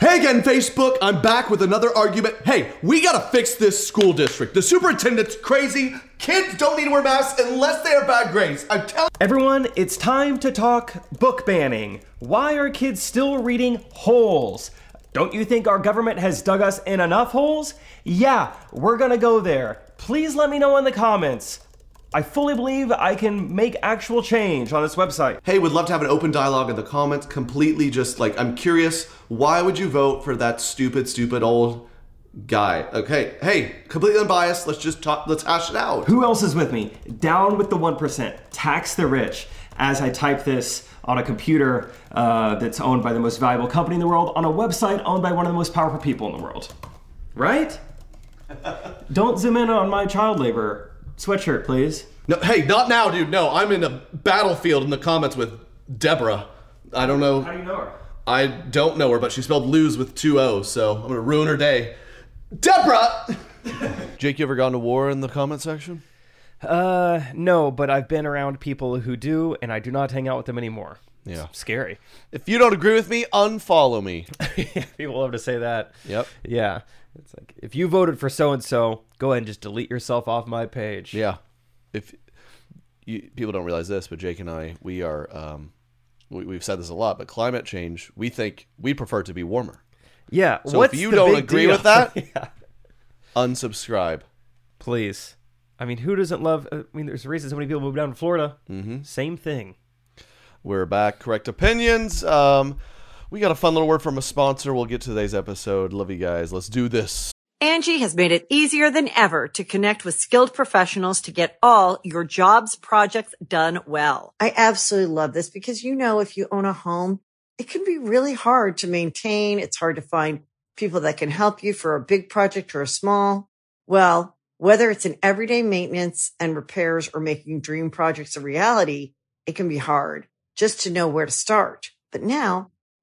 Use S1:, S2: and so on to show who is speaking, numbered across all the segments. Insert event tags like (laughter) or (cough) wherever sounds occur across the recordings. S1: Hey again, Facebook. I'm back with another argument. Hey, we gotta fix this school district. The superintendent's crazy. Kids don't need to wear masks unless they are bad grades. I'm telling
S2: Everyone, it's time to talk book banning. Why are kids still reading holes? Don't you think our government has dug us in enough holes? Yeah, we're gonna go there. Please let me know in the comments. I fully believe I can make actual change on this website.
S1: Hey, would love to have an open dialogue in the comments. Completely just like, I'm curious, why would you vote for that stupid, stupid old guy? Okay, hey, completely unbiased. Let's just talk, let's hash it out.
S2: Who else is with me? Down with the 1%, tax the rich. As I type this on a computer uh, that's owned by the most valuable company in the world, on a website owned by one of the most powerful people in the world. Right? (laughs) Don't zoom in on my child labor sweatshirt, please.
S1: No, hey, not now, dude. No, I'm in a battlefield in the comments with Deborah. I don't know.
S2: you know her?
S1: I don't know her, but she spelled lose with two O's, so I'm gonna ruin her day. Deborah! (laughs) Jake, you ever gone to war in the comment section?
S3: Uh, no, but I've been around people who do, and I do not hang out with them anymore.
S1: Yeah.
S2: (laughs)
S3: It's scary.
S1: If you don't agree with me, unfollow (laughs) me.
S3: people love to say that.
S1: Yep.
S3: Yeah. It's like if you voted for so and so, go ahead and just delete yourself off my page.
S1: Yeah. If you, people don't realize this, but Jake and I, we are, um, we, we've said this a lot, but climate change, we think we prefer to be warmer.
S3: Yeah.
S1: So
S3: What's
S1: if you
S3: the
S1: don't
S3: big
S1: agree
S3: deal?
S1: with that,
S3: (laughs) yeah.
S1: unsubscribe.
S3: Please. I mean, who doesn't love? I mean, there's a reason so many people moved down to Florida. Mm-hmm. Same thing.
S1: We're back. Correct opinions. Um, we got a fun little word from a sponsor. We'll get to today's episode. Love you guys. Let's do this.
S4: Angie has made it easier than ever to connect with skilled professionals to get all your jobs projects done well.
S5: I absolutely love this because, you know, if you own a home, it can be really hard to maintain. It's hard to find people that can help you for a big project or a small. Well, whether it's in everyday maintenance and repairs or making dream projects a reality, it can be hard just to know where to start. But now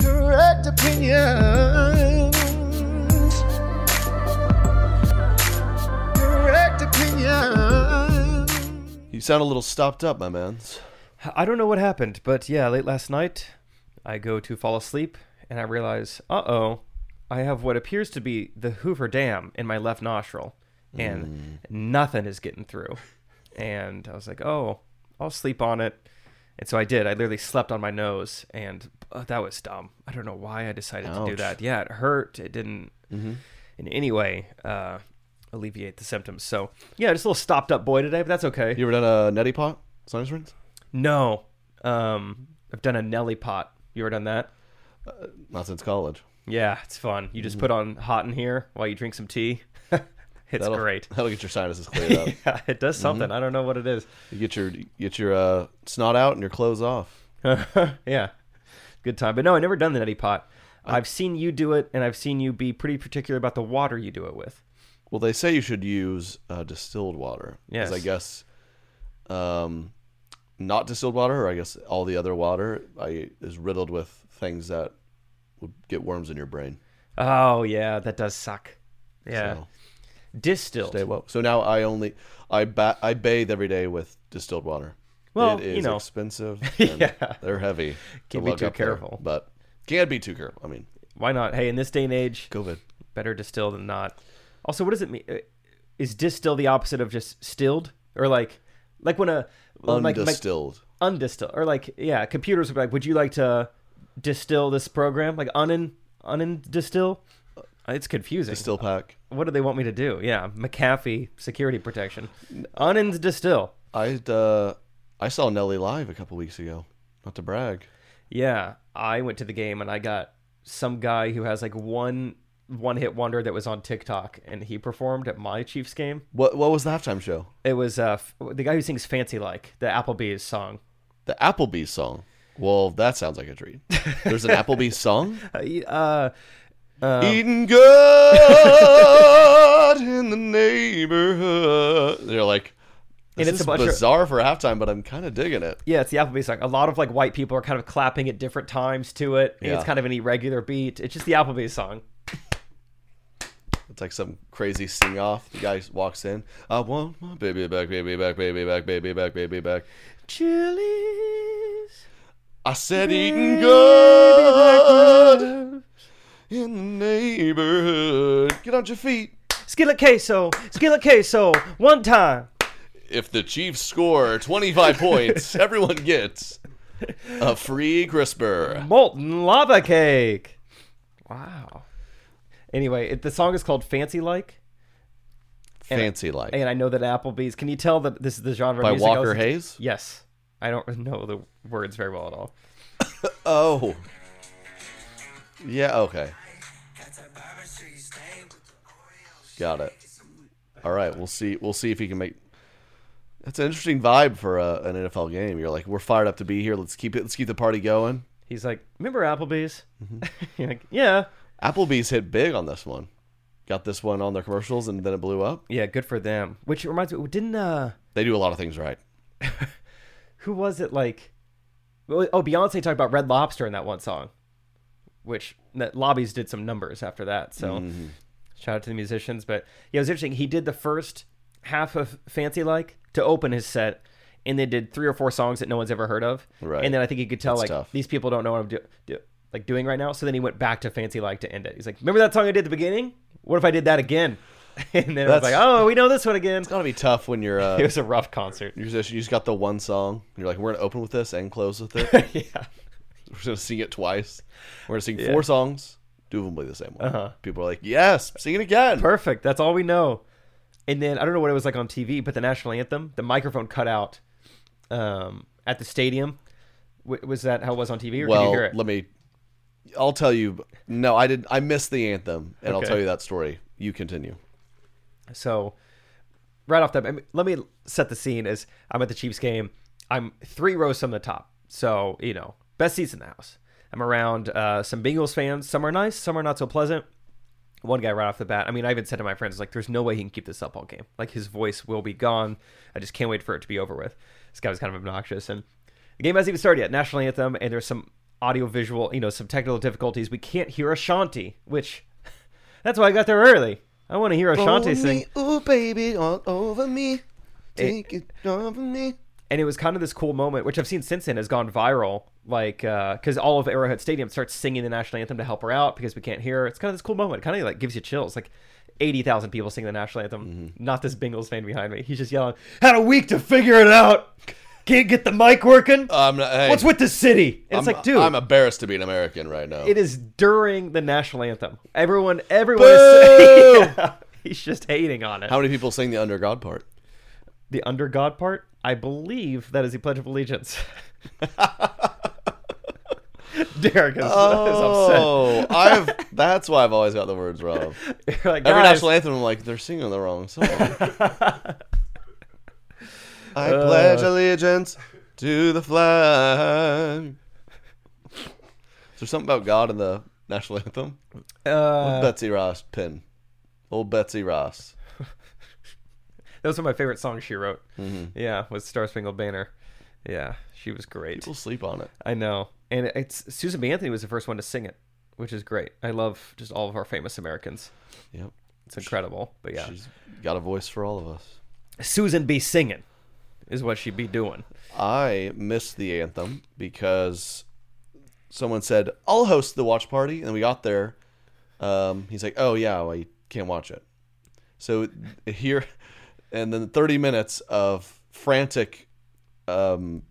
S1: Correct opinions. Correct opinions. You sound a little stopped up, my man.
S3: I don't know what happened, but yeah, late last night, I go to fall asleep and I realize, uh oh, I have what appears to be the Hoover Dam in my left nostril and nothing is getting through. And I was like, oh, I'll sleep on it. And so I did. I literally slept on my nose and uh, that was dumb. I don't know why I decided to do
S1: Ouch.
S3: that. Yeah, it hurt. It didn't in any way uh, alleviate the symptoms. So yeah, just a little stopped up boy today, but that's okay.
S1: You ever done a neti pot? Sinus rinse?
S3: No. Um, I've done a Nelly pot. You ever done that?
S1: Not since college.
S3: Yeah, it's fun. You
S1: Mm-hmm.
S3: just put on hot in here while you drink some tea. (laughs) it's
S1: That'll, (laughs) Mm-hmm.
S3: great. (laughs)
S1: That'll get your sinuses cleared up.
S3: Yeah, it does something. I don't know what it is. (laughs)
S1: You get your get your uh, snot out and your clothes off.
S3: yeah, good time. But no, I never done the neti pot. I've seen you do it, and I've seen you be pretty particular about the water you do it with.
S1: Well, they say you should use uh, distilled water. 'Cause
S3: Yes.
S1: I guess um, not distilled water, or I guess all the other water, I, is riddled with things that would get worms in your brain.
S3: Oh yeah, that does suck. Yeah,
S1: So.
S3: distilled.
S1: Stay woke. So now I only I ba- I bathe every day with distilled water.
S3: Well,
S1: it
S3: you
S1: is
S3: know. (laughs)
S1: expensive. And
S3: (laughs) Yeah.
S1: they're heavy. to
S3: Can't be
S1: lug
S3: too
S1: up there,
S3: careful.
S1: but Can be too careful. I mean,
S3: Why not? Hey, in this day and age,
S1: COVID.
S3: better distill than not. Also, what does it mean? Uh, Is distill the opposite of just stilled, or like, like when a like, like
S1: Undistilled.
S3: undistill, or like yeah, computers would be like, would you like to distill this program? Like unin unin distill. It's confusing.
S1: Distill pack.
S3: What do they want me to do? Yeah, McAfee security protection. Unin distill.
S1: I uh, I saw Nelly live a couple weeks ago. Not to brag.
S3: Yeah, I went to the game and I got some guy who has like one one hit wonder that was on TikTok and he performed at my Chiefs game.
S1: What what was the halftime show?
S3: It was uh f- the guy who sings "Fancy Like" the Applebee's song.
S1: The Applebee's song. Well, that sounds like a treat. There's
S3: (laughs)
S1: an Applebee's song.
S3: Uh, he- uh,
S1: Eating good in the neighborhood. They're like, this
S3: And
S1: is
S3: it's a bunch of-
S1: bizarre for halftime, but I'm kind of digging it.
S3: yeah, it's the Applebee's song. A lot of like white people are kind of clapping at different times to it. and
S1: Yeah.
S3: It's kind of an irregular beat. It's just the Applebee's song.
S1: It's like some crazy sing off. The guy walks in. I want my baby back, baby back, baby back, baby back, baby back.
S3: Chili's.
S1: I said eating good in the neighborhood. Get on your feet.
S3: Skillet queso, skillet queso, one time.
S1: If the Chiefs score 25 points,
S3: (laughs)
S1: everyone gets a free crisper.
S3: Molten lava cake. Wow. Anyway, it, the song is called Fancy Like,
S1: Fancy like.
S3: and I know that Applebee's. Can you tell that this is the genre of
S1: By
S3: music I
S1: Walker
S3: listen to?
S1: Hayes?
S3: Yes. I don't (laughs) know the words very well at all.
S1: Oh. Yeah, okay. Got it. All right, we'll see we'll see if he can make That's an interesting vibe for uh, an NFL game. You're like, we're fired up to be here. Let's keep it let's keep the party going.
S3: He's like, remember Applebee's? (laughs) You're like, yeah,
S1: Applebee's hit big on this one. Got this one on their commercials and then it blew up.
S3: yeah, good for them. Which reminds me, didn't uh,
S1: They do a lot of things right.
S3: who was it like? well, Oh, Beyonce talked about Red Lobster in that one song, which that lobbies did some numbers after that. So
S1: Mm-hmm.
S3: shout out to the musicians. But yeah, it was interesting. He did the first half of Fancy Like to open his set. And they did three or four songs that no one's ever heard of,
S1: Right.
S3: and then I think you could tell like
S1: tough.
S3: these people don't know what I'm do, do, like doing right now. So then he went back to Fancy Like to end it. He's like, "Remember that song I did at the beginning? What if I did that again?" (laughs) And then I was
S1: That's-
S3: like, "Oh, we know this
S1: (laughs)
S3: one again."
S1: It's gotta be tough when you're (laughs)
S3: It
S1: uh
S3: was a rough concert.
S1: musician, you just got the one song. You're like, we're gonna open with this and close with it. we're
S3: (laughs) Yeah.
S1: gonna sing it twice. We're gonna sing four songs. Do them play the same one. People are like, yes, sing it again.
S3: Uh-huh. Perfect. That's all we know. And then I don't know what it was like on TV, but the national anthem, the microphone cut out um, at the stadium. W- was that how it was on TV, or
S1: well,
S3: did you hear it?
S1: let me. I'll tell you. No, I did. I missed the anthem, and I'll
S3: Okay.
S1: tell you that story. You continue.
S3: So, right off the bat, I mean, let me set the scene as I'm at the Chiefs game. I'm three rows from the top. So, you know, best seats in the house. I'm around uh, some Bengals fans. Some are nice, some are not so pleasant. One guy right off the bat, I mean, I even said to my friends, like, there's no way he can keep this up all game. Like, his voice will be gone. I just can't wait for it to be over with. This guy was kind of obnoxious. And the game hasn't even started yet. National anthem, and there's some audio visual, you know, some technical difficulties. We can't hear Ashanti, which (laughs) that's why I got there early. I want to hear Ashanti sing.
S1: Ooh, baby, all over me. Take it, over me.
S3: and it was kind of this cool moment, which I've seen since then has gone viral. Like, because all of Arrowhead Stadium starts singing the national anthem to help her out because we can't hear her. It's kind of this cool moment. It kind of like gives you chills. Like, 80,000 people singing the national anthem.
S1: Mm-hmm.
S3: Not this Bengals fan behind me. He's just yelling, Had a week to figure it out. Can't get the mic working.
S1: I'm not. Hey,
S3: What's with the city?
S1: I'm,
S3: And it's like, dude,
S1: I'm embarrassed to be an American right now.
S3: it is during the national anthem. Everyone, everyone is. (laughs) Yeah. He's just hating on it.
S1: How many people sing the under God part?
S3: (laughs) the under God part, I believe that is the Pledge of Allegiance. (laughs) Derek is,
S1: Oh, I've. That's why I've always got the words wrong.
S3: (laughs) is upset. You're (laughs) like,
S1: Every
S3: "Guys,
S1: national anthem, I'm like, they're singing the wrong song. (laughs) I pledge allegiance to the flag. Is there something about God in the national anthem? Mm-hmm.
S3: uh,
S1: Betsy Ross pin. Old Betsy Ross.
S3: those are my favorite songs she wrote.
S1: Mm-hmm.
S3: Yeah, was Star Spangled Banner. Yeah, she was great.
S1: People sleep on it.
S3: I know, and it's Susan B. Anthony was the first one to sing it, which is great. I love just all of our famous Americans.
S1: Yep.
S3: It's incredible. But yeah,
S1: She's got a voice for all of us.
S3: Susan B. singing is what she be doing.
S1: I missed the anthem because someone said, "I'll host the watch party," and we got there. Um, he's like, "Oh yeah, well, you can't watch it." So here, and then thirty minutes of frantic, um,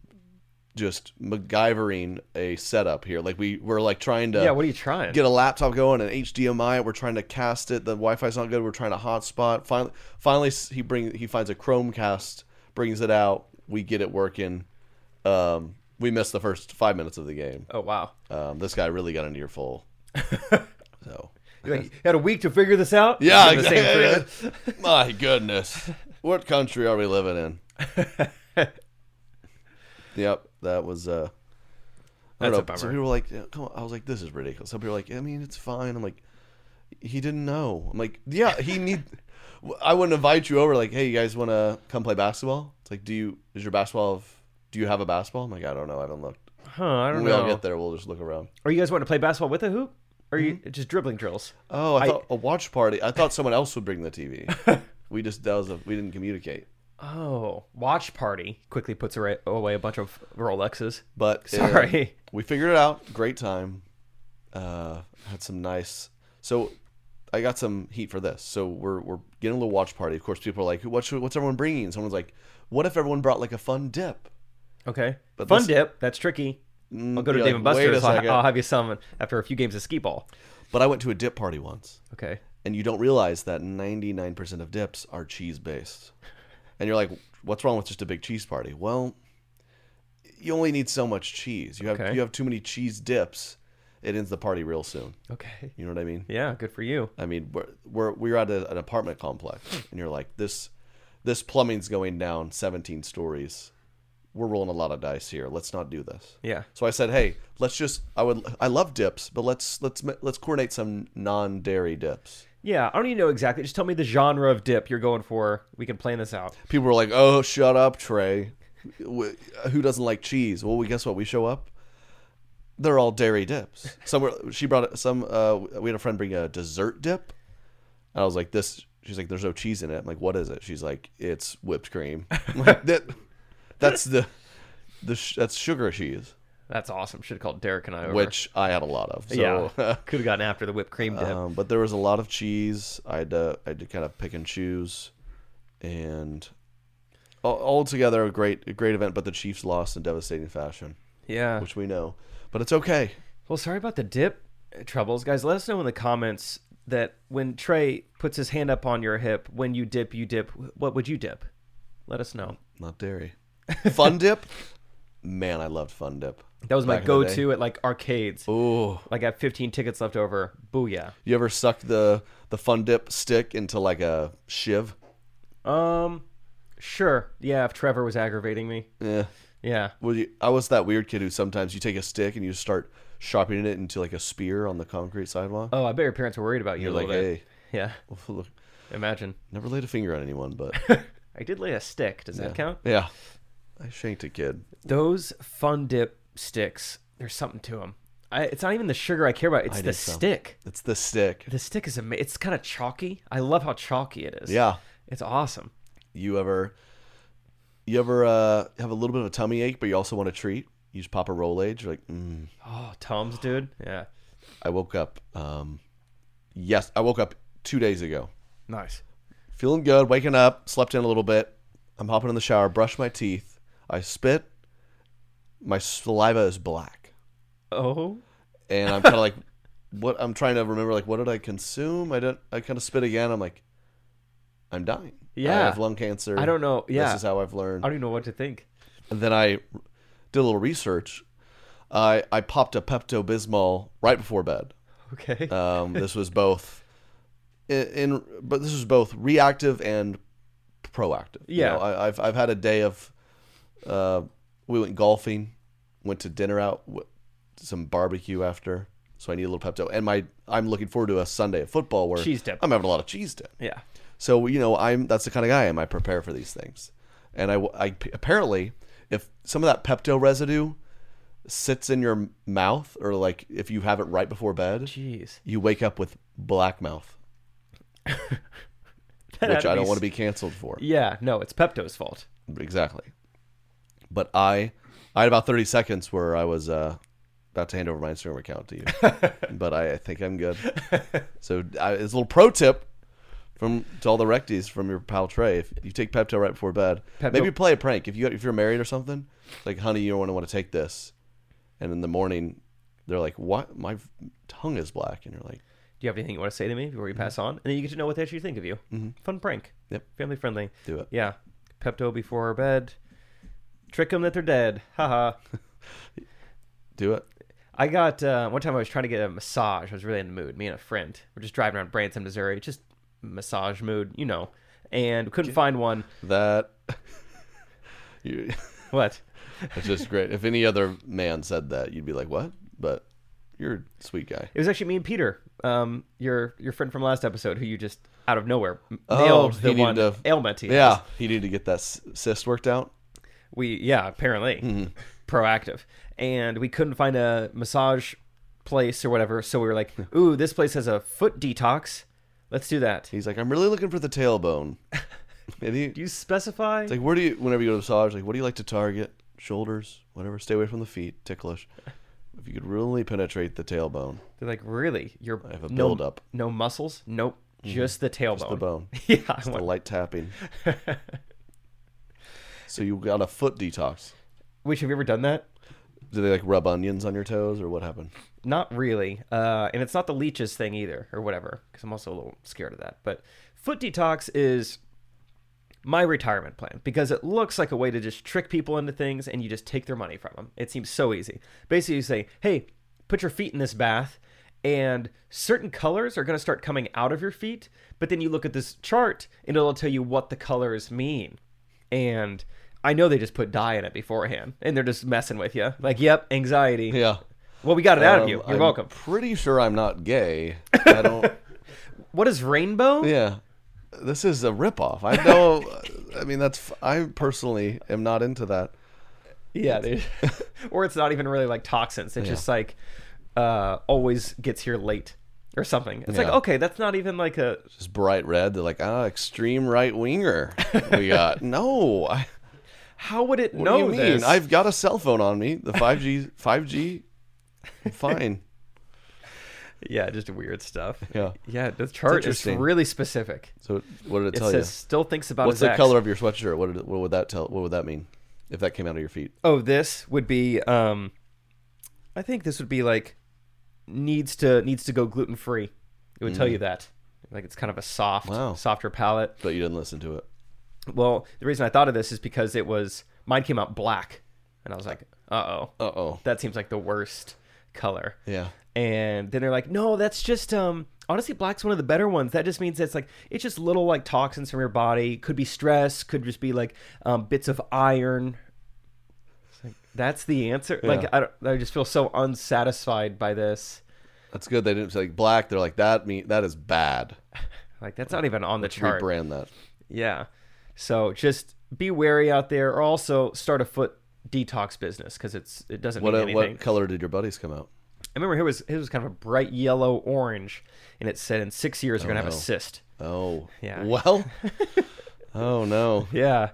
S1: just MacGyvering a setup here. Like we were like trying to
S3: yeah, what are you trying?
S1: get a laptop going, an HDMI. We're trying to cast it. The Wi-Fi's not good. We're trying to hotspot. Finally, finally, s- he bring he finds a Chromecast, brings it out. We get it working. Um, we missed the first five minutes of the game.
S3: oh wow,
S1: Um, this guy really got an earful. so
S3: You're like, you had a week to figure this out.
S1: yeah,
S3: Give him the same treatment.
S1: exactly. My
S3: (laughs)
S1: goodness, what country are we living in? yep, that was. Uh, I
S3: That's a
S1: don't know.
S3: bummer.
S1: Some people were like, "Yeah, "Come on!" I was like, "This is ridiculous." Some people were like, "I mean, it's fine." I'm like, "He didn't know." I'm like, "Yeah,
S3: (laughs)
S1: he need." I wouldn't invite you over. Like, hey, you guys want to come play basketball? It's like, do you is your basketball? Of, do you have a basketball? I'm like, I don't know. I don't look.
S3: Huh? I don't
S1: When we all
S3: know.
S1: get there, we'll just look around.
S3: Are you guys wanting to play basketball with a hoop? Or are you just dribbling drills?
S1: Oh, I, thought a watch party. I thought someone else would bring the TV. we just that was a, we didn't communicate.
S3: Oh, watch party quickly puts away away a bunch of (laughs) Rolexes.
S1: But uh,
S3: Sorry.
S1: we figured it out. Great time. Uh, had some nice. So I got some heat for this. So we're we're getting a little watch party. Of course, people are like, "What should, what's everyone bringing?" Someone's like, "What if everyone brought like a fun dip?"
S3: Okay.
S1: But
S3: Fun
S1: this-
S3: (laughs) dip. That's tricky. I'll go to
S1: you're
S3: Dave
S1: like,
S3: and
S1: "Wait a
S3: Buster's. I'll,
S1: second."
S3: I'll have you some after a few games of skee ball.
S1: But I went to a dip party once,
S3: Okay.
S1: and you don't realize that ninety nine percent of dips are cheese based, and you're like, "What's wrong with just a big cheese party?" Well, you only need so much cheese. You have
S3: Okay.
S1: you have too many cheese dips. It ends the party real soon.
S3: Okay.
S1: You know what I mean?
S3: Yeah. Good for you.
S1: I mean, we're we're we're at a, an apartment complex, and you're like this this plumbing's going down 17 stories. We're rolling a lot of dice here. Let's not do this.
S3: Yeah.
S1: So I said, hey, let's just I would I love dips, but let's let's ma- let's coordinate some non dairy dips.
S3: Yeah. I don't even know exactly. Just tell me the genre of dip you're going for. We can plan this out.
S1: People were like, oh, shut up, Trey. Wh- Who doesn't like cheese? Well, we guess what? We show up. They're all dairy dips. Some were, she brought some. Uh, we had a friend bring a dessert dip. And I was like, this. She's like, there's no cheese in it. I'm like, what is it? She's like, it's whipped cream. (laughs) I'm like, that, that's the, the sh- that's sugar cheese,
S3: That's awesome. Should have called Derek and I over.
S1: which I had a lot of. So, (laughs)
S3: (laughs) yeah. Could have gotten after the whipped cream dip.
S1: um, but there was a lot of cheese. I had to, I had to kind of pick and choose, and all, altogether a great a great event. But the Chiefs lost in devastating fashion,
S3: yeah.
S1: which we know. But it's okay.
S3: Well, sorry about the dip troubles, guys. Let us know in the comments that when Trey puts his hand up on your hip, when you dip, you dip. What would you dip? Let us know.
S1: Not dairy. (laughs) Fun dip. Man, I loved fun dip.
S3: That was my
S1: Back in the day.
S3: go-to at like arcades.
S1: Ooh,
S3: Like I have 15 tickets left over. Booyah.
S1: you ever sucked the the fun dip stick into like a shiv?
S3: Um, sure. Yeah, if Trevor was aggravating me.
S1: Yeah.
S3: Yeah.
S1: Well, you, I was that weird kid who sometimes you take a stick and you start sharpening it into like a spear on the concrete sidewalk.
S3: Oh, I bet your parents were worried about you
S1: You're
S3: a little
S1: like,
S3: bit.
S1: hey,
S3: Yeah.
S1: look,
S3: Imagine.
S1: never laid a finger on anyone, but
S3: I did lay a stick. Does that count?
S1: Yeah. I shanked a kid.
S3: Those fun dip sticks. There's something to them. I, it's not even the sugar I care about. It's the
S1: did some.
S3: stick.
S1: It's the stick.
S3: The stick is amazing. It's kind of chalky. I love how chalky it is.
S1: Yeah.
S3: It's awesome.
S1: You ever you ever uh, have a little bit of a tummy ache but you also want a treat? You just pop a roll age, you're like, mm.
S3: Oh, Tom's, dude. Yeah.
S1: I woke up um yes, I woke up two days ago.
S3: Nice.
S1: Feeling good, waking up, slept in a little bit. I'm hopping in the shower, brush my teeth, I spit, my saliva is black.
S3: Oh.
S1: And I'm kinda like what I'm trying to remember like what did I consume? I don't I kinda spit again, I'm like, I'm dying. I
S3: Yeah.
S1: have lung cancer.
S3: I don't know. Yeah.
S1: This is how I've learned.
S3: I don't even know what to think.
S1: And then I did a little research. I I popped a Pepto Bismol right before bed.
S3: Okay.
S1: Um, this was both in, in, but this was both reactive and proactive. You
S3: Yeah.
S1: know, I, I've I've had a day of. Uh, we went golfing, went to dinner out, w- some barbecue after. So I need a little Pepto, and my I'm looking forward to a Sunday of football where
S3: Cheese dip.
S1: I'm having a lot of cheese dip.
S3: yeah.
S1: So you know, I'm that's the kind of guy I am. I prepare for these things, and I, I- apparently if some of that Pepto residue sits in your mouth, or like if you have it right before bed,
S3: Jeez. (laughs)
S1: you wake up with black mouth,
S3: That had
S1: which I don't
S3: s-
S1: want to be canceled for.
S3: Yeah. No, it's Pepto's fault.
S1: Exactly. But I, I had about thirty seconds where I was uh, about to hand over my Instagram account
S3: (laughs)
S1: to you, but I, I think I'm good. So I, it's a little pro tip from to all the recties from your pal Trey. If you take Pepto right before bed,
S3: Pepto-
S1: maybe play a prank. If you if you're married or something, like honey, you don't want to take this, and in the morning, they're like, "What? My tongue is black," and you're like,
S3: Do you have anything you want to say to me before you pass on? And then you get to know what they actually think of you. Fun prank.
S1: Mm-hmm. Yep.
S3: Family friendly.
S1: Do it.
S3: Yeah. Pepto before bed. Trick them that they're dead. Haha.
S1: "Do it."
S3: I got uh, one time I was trying to get a massage. I was really in the mood. Me and a friend were just driving around Branson, Missouri, just massage mood, you know. And we couldn't find one.
S1: That (laughs) you,
S3: What?
S1: it's just great. If any other man said that, you'd be like, "What?" But you're a sweet guy.
S3: It was actually me and Peter, um, your your friend from last episode, who you just out of nowhere m-
S1: Oh,
S3: nailed
S1: he
S3: the
S1: needed
S3: one
S1: to-
S3: ailment. he
S1: Yeah,
S3: has.
S1: you need to get that c- cyst worked out.
S3: we yeah apparently
S1: Mm-hmm.
S3: proactive, and we couldn't find a massage place or whatever, so we were like, ooh, this place has a foot detox. Let's do that.
S1: He's like, "I'm really looking for the (laughs) tailbone." And he,
S3: Do you specify?
S1: It's like, where do you, whenever you go to massage, like, what do you like to target? Shoulders, whatever. Stay away from the feet, ticklish. If you could really penetrate the tailbone,
S3: They're like, really? You're
S1: have a
S3: no,
S1: buildup." Mm-hmm.
S3: No muscles? Nope. Just the tailbone. (laughs)
S1: the bone,
S3: yeah. I
S1: the
S3: went-
S1: light (laughs) tapping. so you got a foot detox.
S3: Which have you ever done that?
S1: Do they like rub onions on your toes, or what happened?
S3: Not really. Uh, and it's not the leeches thing either, or whatever. Because I'm also a little scared of that. But foot detox is my retirement plan because it looks like a way to just trick people into things and you just take their money from them. It seems so easy. Basically, you say, hey, put your feet in this bath, and certain colors are going to start coming out of your feet. But then you look at this chart and it'll tell you what the colors mean. And I know they just put dye in it beforehand and they're just messing with you. Like, yep, anxiety.
S1: Yeah,
S3: Well, we got it out of
S1: Um,
S3: you. You're
S1: I'm
S3: welcome.
S1: Pretty sure I'm not gay. I
S3: (laughs)
S1: don't.
S3: What is rainbow?
S1: (laughs) yeah, this is a ripoff. I know. uh, I mean, that's. f- I personally am not into that.
S3: Yeah, dude. (laughs) or it's not even really like toxins. It's just like uh, always gets here late or something. It's like
S1: Yeah.
S3: okay, that's not even like a
S1: Just bright red. They're like, ah, extreme right winger. We
S3: (laughs)
S1: got no. I,
S3: how would it
S1: What
S3: know
S1: do you mean?
S3: this?
S1: I've got a cell phone on me. The five
S3: (laughs)
S1: G, five G, fine.
S3: Yeah, just weird stuff.
S1: Yeah.
S3: yeah. The chart is
S1: interesting.
S3: really specific.
S1: So what did it
S3: It
S1: tell
S3: says still thinks
S1: you?
S3: about
S1: What's
S3: his
S1: the
S3: ex.
S1: color of your sweatshirt? What did it, what would that tell? What would that mean if that came out of your feet?
S3: Oh, this would be. um I think this would be like needs to needs to go gluten free. It would tell you that. Like it's kind of a soft,
S1: Mm. Wow.
S3: softer palette.
S1: But you didn't listen to it.
S3: Well, the reason I thought of this is because it was mine came out black, and I was like, uh oh,
S1: Uh oh.
S3: that seems like the worst color.
S1: Yeah.
S3: And then they're like, no, that's just um. Honestly, black's one of the better ones. That just means it's like it's just little like toxins from your body. Could be stress. Could just be like um, bits of iron. It's like, that's the answer. Like I, don't, I just feel so unsatisfied by this.
S1: That's good. They didn't say like black. They're like that. Mean that is bad.
S3: Like that's not even on the chart.
S1: Rebrand that.
S3: Yeah. So just be wary out there. Or also start a foot detox business because it's it doesn't
S1: What
S3: mean
S1: uh,
S3: anything.
S1: what color did your buddies come out?
S3: I remember his was his was kind of a bright yellow orange, and it said in six years you're gonna have a
S1: no.
S3: cyst.
S1: Oh.
S3: Yeah. (laughs)
S1: Well. oh no.
S3: Yeah.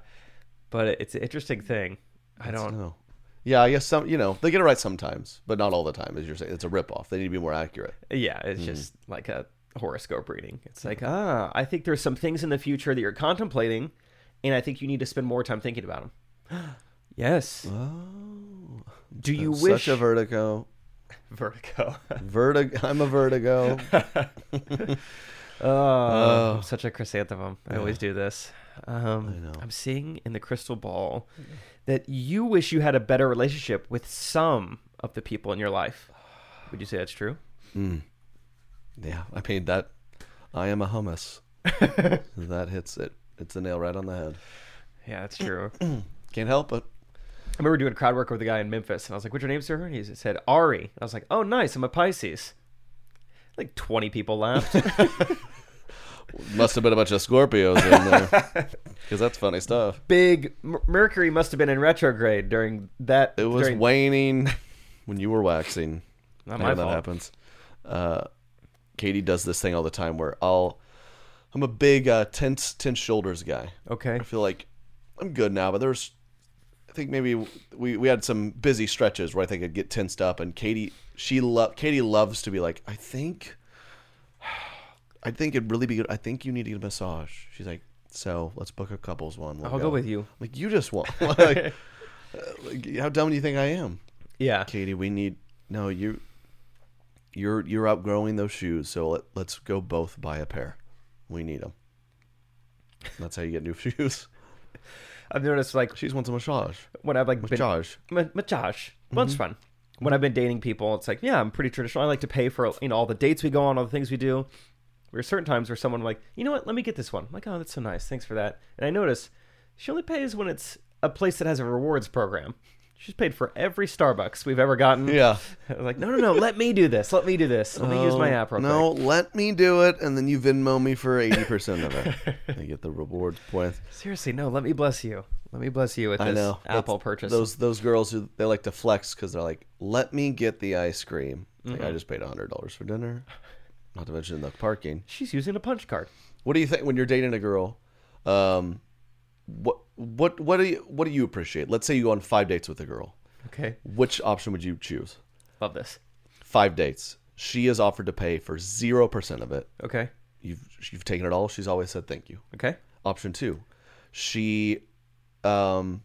S3: But it- it's an interesting thing. I don't.
S1: No. Yeah, I guess some. You know, they get it right sometimes, but not all the time. As you're saying, it's a ripoff. They need to be more accurate.
S3: Yeah,
S1: Hmm.
S3: it's just like a horoscope reading. It's like ah, I think there's some things in the future that you're contemplating, and I think you need to spend more time thinking about them. (gasps) yes. Do you wish
S1: Such a vertigo.
S3: (laughs) vertigo?
S1: Vertigo. I'm a
S3: (laughs)
S1: vertigo.
S3: Oh, I'm such a chrysanthemum. I always do this. Um, I know. I'm seeing in the crystal ball that you wish you had a better relationship with some of the people in your life. Would you say that's true?
S1: yeah, I paid that. I am a
S3: (laughs)
S1: hummus. that hits it. It's a nail right on the head.
S3: Yeah, that's (clears throat) true.
S1: Can't help it.
S3: I remember doing crowd work with a guy in Memphis, and I was like, "What's your name, sir?" And he said, "Ari." And I was like, "Oh, nice. I'm a Pisces." Like 20 people (laughs) laughed.
S1: Must have been a bunch of Scorpios in
S3: (laughs)
S1: there, because that's funny stuff.
S3: Big M- Mercury must have been in retrograde during that.
S1: It was
S3: during,
S1: waning when you were waxing.
S3: (laughs) Not
S1: I
S3: my
S1: know that
S3: fault.
S1: happens. Uh, Katie does this thing all the time where I'll. I'm a big uh, tense, tense shoulders guy.
S3: Okay.
S1: I feel like I'm good now, but there's I think maybe we, we had some busy stretches where I think I'd get tensed up, and Katie she lo- Katie loves to be like, I think, (sighs) I think it'd really be good. I think you need to get a massage. She's like, so let's book a couples one. We'll
S3: I'll go with you.
S1: Like you just want. (laughs) like, uh, like, how dumb do you think I am,
S3: Yeah.
S1: Katie? We need no you. You're you're outgrowing those shoes, so let, let's go both buy a pair. We need them. That's how you get new (laughs) shoes.
S3: I've noticed like
S1: She just wants a massage.
S3: when I've like been
S1: Massage.
S3: Ma- ma- Josh, much
S1: Mm-hmm.
S3: fun. When I've been dating people, it's like, yeah, I'm pretty traditional. I like to pay for you know all the dates we go on, all the things we do. There are certain times where someone like, you know what, let me get this one. I'm like, oh, that's so nice, thanks for that. And I notice she only pays when it's a place that has a rewards program. She's paid for every Starbucks we've ever gotten.
S1: Yeah.
S3: (laughs) I was like, no, no, no, let me do this. Let me do this. Let me use my app. Real
S1: No,
S3: quick.
S1: let me do it, and then you Venmo me for eighty percent of it. I get the rewards points.
S3: seriously, no. Let me bless you. Let me bless you with this
S1: I know That's-
S3: Apple purchase.
S1: Those those girls who they like to flex because they're like, "Let me get the ice cream." Like, I just paid hundred dollars for dinner. Not to mention the parking.
S3: She's using a punch card.
S1: What do you think when you're dating a girl? Um, what what what do you what do you appreciate? Let's say you go on five dates with a girl.
S3: Okay,
S1: Which option would you choose?
S3: love this.
S1: Five dates. She is offered to pay for zero percent of it.
S3: Okay,
S1: You've you've taken it all. She's always said thank you.
S3: okay.
S1: Option two, she, um,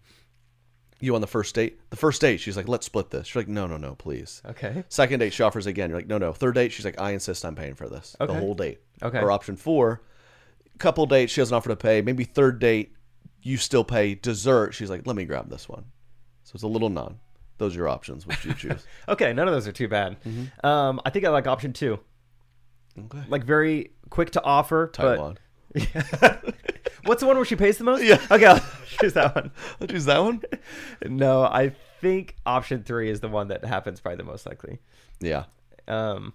S1: you on the first date. The first date, she's like, "Let's split this." She's like, "No, no, no, please."
S3: Okay.
S1: Second date, she offers again. You're like, "No, no." Third date, she's like, "I insist, I'm paying for this."
S3: Okay.
S1: The whole date.
S3: Okay.
S1: Or option four, couple date, she doesn't offer to pay. Maybe third date, you still pay dessert. She's like, "Let me grab this one." So it's a little non. Those are your options. Which you choose.
S3: (laughs) Okay, none of those are too bad.
S1: Mm-hmm.
S3: Um, I think I like option two.
S1: Okay.
S3: Like very quick to offer.
S1: (laughs)
S3: but-
S1: Taiwan.
S3: What's the one where she pays the most? Yeah. Okay, I'll (laughs) choose that one.
S1: I'll choose that
S3: (laughs)
S1: one.
S3: No, I think option three is the one that happens probably the most likely.
S1: Yeah.
S3: Um,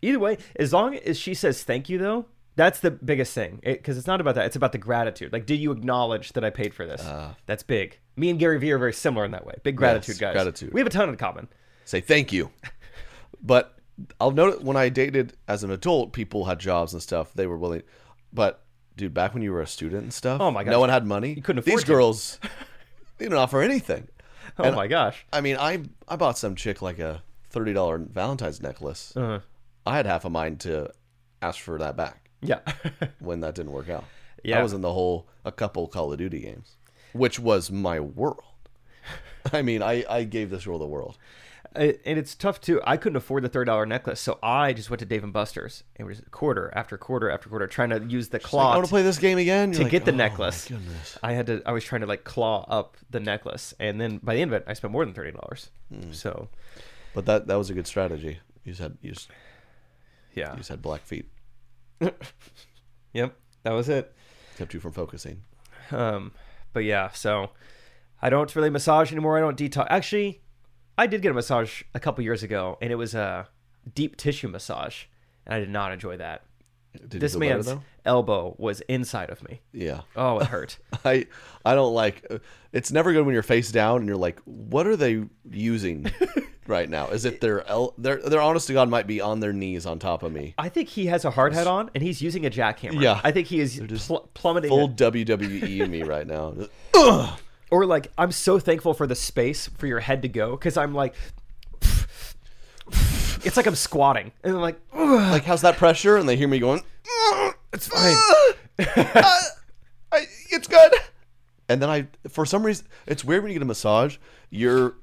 S3: either way, as long as she says thank you, though, that's the biggest thing. Because it's not about that; it's about the gratitude. Like, did you acknowledge that I paid for this? that's big. Me and Gary Vee are very similar in that way. Big
S1: Uh.
S3: gratitude,
S1: Yes,
S3: guys.
S1: gratitude.
S3: We have a ton in common.
S1: say thank you. But I'll note when I dated as an adult, people had jobs and stuff. They were willing, but dude, back when you were a student and stuff,
S3: Oh my gosh.
S1: no one had money.
S3: You couldn't
S1: These
S3: afford to. (laughs)
S1: girls, they didn't offer anything.
S3: Oh my gosh.
S1: I mean, I I bought some chick like a thirty dollar Valentine's necklace.
S3: Uh-huh.
S1: I had half a mind to ask for that back
S3: Yeah. (laughs)
S1: when that didn't work out.
S3: Yeah.
S1: I was in the whole a couple Call of Duty games, which was my world. (laughs) I mean, I, I gave this girl the world.
S3: I- and it's tough too. I couldn't afford the thirty dollar necklace, so I just went to Dave and Buster's and was quarter after quarter after quarter trying to use the
S1: Like, I
S3: claw
S1: want to play this game again
S3: to
S1: You're like,
S3: get the
S1: "Oh my
S3: necklace.
S1: goodness.
S3: I had to. I was trying to like claw up the necklace, and then by the end of it, I spent more than thirty dollars.
S1: Hmm.
S3: So
S1: But that that was a good strategy. You just had you just,
S3: yeah,
S1: you just had black feet.
S3: yep, that was it.
S1: Kept you from focusing.
S3: Um, but yeah, so I don't really massage anymore. I don't detox. Actually, I did get a massage a couple years ago, and it was a deep tissue massage, and I did not enjoy that.
S1: Did
S3: this
S1: you feel better,
S3: man's
S1: though?
S3: elbow was inside of me.
S1: Yeah.
S3: Oh, it hurt.
S1: (laughs) I I don't like uh, it's never good when you're face down and you're like, what are they
S3: (laughs)
S1: using right now? As if they're el- they're they're honest to God might be on their knees on top of me.
S3: I think he has a hard hat on, and he's using a jackhammer.
S1: Yeah.
S3: I think he is pl- plummeting.
S1: Full WWE E me right now.
S3: or like I'm so thankful for the space for your head to go because I'm like, it's like I'm squatting and I'm like, "Ugh,
S1: like how's that pressure? And they hear me going,
S3: it's fine.
S1: I, it's good. And then I, for some reason, it's weird when you get a massage. You're,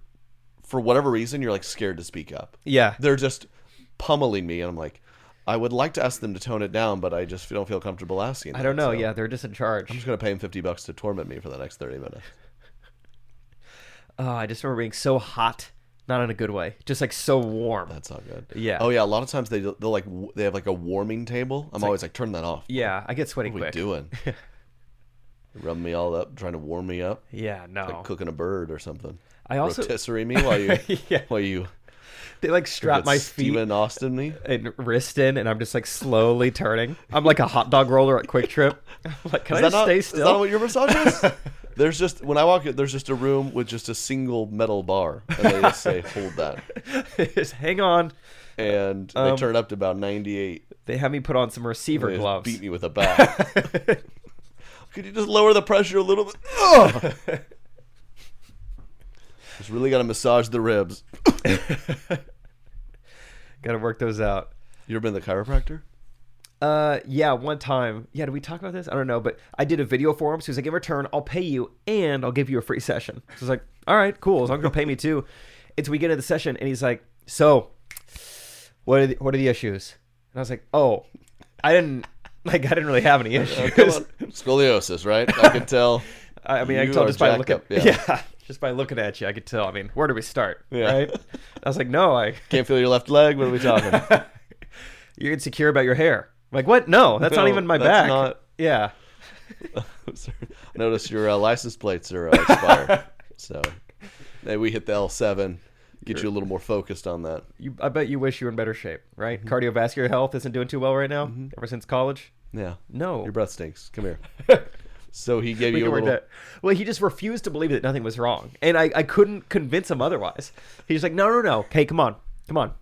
S1: for whatever reason, you're like scared to speak up.
S3: Yeah.
S1: they're just pummeling me, and I'm like, I would like to ask them to tone it down, but I just don't feel comfortable asking.
S3: I don't know.
S1: so
S3: Yeah, they're just in
S1: I'm
S3: charge.
S1: just gonna pay them fifty bucks to torment me for the next thirty minutes.
S3: Oh, I just remember being so hot, not in a good way, just like so warm.
S1: That's not good.
S3: Yeah.
S1: Oh yeah. A lot of times they they'll like w- they have like a warming table. I'm always like, turn that off.
S3: yeah, I get sweaty
S1: What are we
S3: quick. (laughs)
S1: doing? Rub me all up, trying to warm me up.
S3: Yeah, no.
S1: Like cooking a bird or something.
S3: I Oh. also-
S1: rotisserie me while you
S3: (laughs) Yeah.
S1: while you
S3: they like strap
S1: But
S3: my feet
S1: Steven Austin me.
S3: and wrist in, and I'm just like slowly turning. I'm like a hot dog roller at Quick Trip. (laughs) I'm like, can I
S1: Is that,
S3: just
S1: not,
S3: stay
S1: is that not
S3: still?
S1: what your massage
S3: (laughs)
S1: is? there's just when I walk in, there's just a room with just a single metal bar, and they just say hold
S3: (laughs)
S1: that,
S3: just hang on.
S1: and they
S3: Um,
S1: turn up to about 98.
S3: They have me put on some receiver
S1: They just
S3: gloves.
S1: beat me with a bat.
S3: (laughs)
S1: Could you just lower the pressure a little bit? Ugh! (laughs) Just really got to massage the ribs.
S3: Got to work those out.
S1: You ever been to the chiropractor?
S3: (laughs) Uh, yeah, one time. Yeah, did we talk about this? I don't know, but I did a video for him. So he's like, in return, I'll pay you and I'll give you a free session. So I was like, all right, cool. As long as you'll pay me too. It's we get into the session and he's like, so what are the, what are the issues? And I was like, oh, I didn't like I didn't really
S1: (laughs)
S3: have any
S1: Oh, Come
S3: issues.
S1: on. Scoliosis, right? I can tell.
S3: (laughs) I, I mean, I
S1: You
S3: can tell
S1: are
S3: just by
S1: jacked
S3: looking.
S1: up, yeah.
S3: (laughs) yeah. just by looking at you, I could tell. I mean, where do we start?
S1: Yeah.
S3: Right? I was like, no, I
S1: Can't feel your left leg. What are we talking?
S3: you're insecure about your hair. I'm like, what? No, that's not
S1: No,
S3: even my
S1: that's
S3: back.
S1: not-
S3: Yeah.
S1: Notice your uh, license plates are uh,
S3: (laughs)
S1: expired. so maybe we hit the L7, get you a little more focused on that.
S3: You, I bet you wish you were in better shape, right?
S1: Mm-hmm.
S3: Cardiovascular health isn't doing too well right now. Ever since college,
S1: Yeah.
S3: no.
S1: Mm-hmm. Your breath stinks. Come
S3: (laughs)
S1: here. so he gave
S3: We
S1: you a
S3: can work
S1: little.
S3: that. Well, he just refused to believe that nothing was wrong, and I, I couldn't convince him otherwise. He's like, no, no, no. Hey, come on, come on.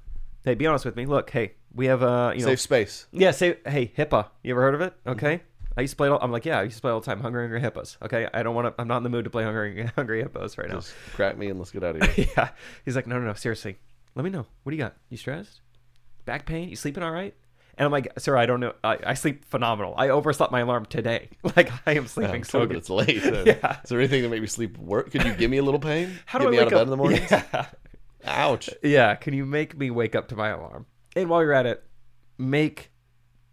S3: Hey, be honest with me. Look, hey, we have uh, you know,
S1: Safe Mm-hmm. space.
S3: yeah, say, hey, HIPAA. You ever heard of it? Okay. I used to play. It all, I'm like, yeah, I used to play all the time. Hungry, hungry hippos. Okay, I don't want to. I'm not in the mood to play hungry, (laughs) hungry hippos right now.
S1: Just crack me and let's get out
S3: (laughs)
S1: of here.
S3: yeah. He's like, no, no, no, seriously. Let me know. What do you got? You stressed? Back pain? You sleeping all right? And I'm like, sir, I don't know. I, I sleep phenomenal. I overslept my alarm today. (laughs) Like, I am sleeping
S1: I'm
S3: so
S1: sorry, but
S3: good.
S1: it's
S3: (laughs)
S1: late.
S3: Yeah.
S1: Is there anything that made me sleep work? Could you give me a little pain?
S3: How do
S1: get
S3: I
S1: me
S3: wake
S1: out of bed
S3: up?
S1: in the morning?
S3: (laughs) Yeah.
S1: Ouch.
S3: yeah. Can you make me wake up to my alarm? And while you're at it, make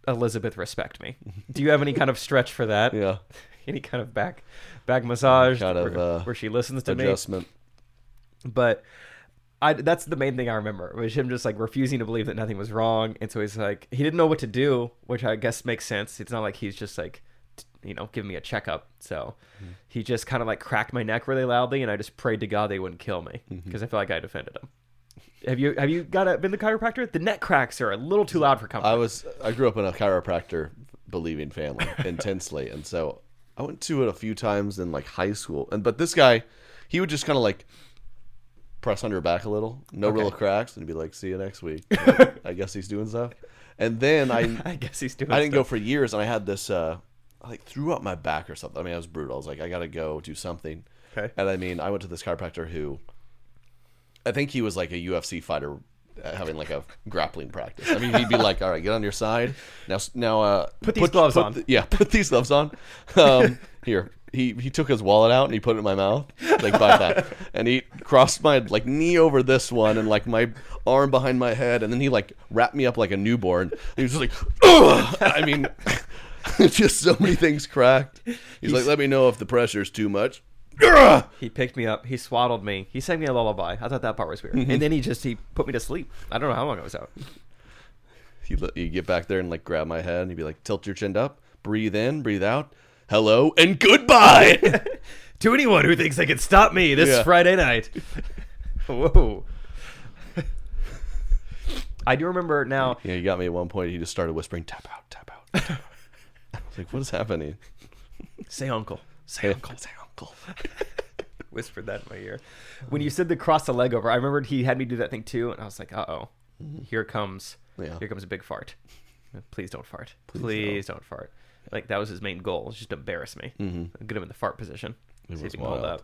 S3: Elizabeth
S1: (laughs)
S3: respect me. Do you have any kind of stretch for that?
S1: Yeah.
S3: Any kind of back back massage
S1: Kind of,
S3: where,
S1: uh,
S3: where she listens to me?
S1: Adjustment.
S3: but I, that's the main thing I remember was him just like refusing to believe that nothing was wrong, and so he's like he didn't know what to do, which I guess makes sense. It's not like he's just like t- you know giving me a checkup, so
S1: Mm-hmm.
S3: he just kind of like cracked my neck really loudly, and I just prayed to God they wouldn't kill me
S1: Mm-hmm.
S3: because I felt like I defended him. Have you have you got a, been the chiropractor? The neck cracks are a little too loud for comfort.
S1: I was I grew up in a chiropractor believing family intensely, and so I went to it a few times in like high school. And but this guy, he would just kind of like press on your back a little, no real cracks, and be like, "See you next
S3: (laughs)
S1: week." Like, I guess he's doing stuff. And then
S3: (laughs) I
S1: I
S3: guess he's doing.
S1: I didn't go for years, and I had this uh, I like threw up my back or something. I mean, I was brutal. I was like, I gotta go do something.
S3: Okay.
S1: And I mean, I went to this chiropractor who, I think he was like a UFC fighter uh, having like a grappling practice. I mean, he'd be like, "All right, get on your side now. s- Now, uh,
S3: Put these gloves on."
S1: th- yeah, (laughs) put these gloves on. Um, here." He, he took his wallet out and he put it in my mouth like by that and he crossed my like knee over this one and like my arm behind my head and then he like wrapped me up like a newborn he was just like Ugh! I mean (laughs) just so many things cracked he's, like let me know if the pressure's too much Ugh!
S3: He picked me up. He swaddled me. He sang me a lullaby. I thought that part was weird.
S1: Mm-hmm.
S3: And then he just he put me to sleep. I don't know how long I was out.
S1: He would you get back there and like grab my head and he'd be like, tilt your chin up, breathe in, breathe out, hello and (laughs) goodbye.
S3: to anyone who thinks they can stop me this
S1: Yeah.
S3: Friday night. Whoa. I do remember now.
S1: yeah, he got me at one point. He just started whispering, tap out, tap out. Tap out. I was like, what is happening?
S3: Say uncle. Say
S1: Hey, uncle, say uncle.
S3: (laughs) whispered that in my ear. When you said the cross the leg over, I remembered he had me do that thing too, and I was like, uh oh, here comes,
S1: Mm-hmm. Yeah.
S3: here comes a
S1: (laughs)
S3: big fart. Please don't fart. Please, don't. fart. Like that was his main goal, was just to embarrass me, get him in the fart position. See
S1: Mm-hmm. was
S3: if he can hold
S1: wild.
S3: up.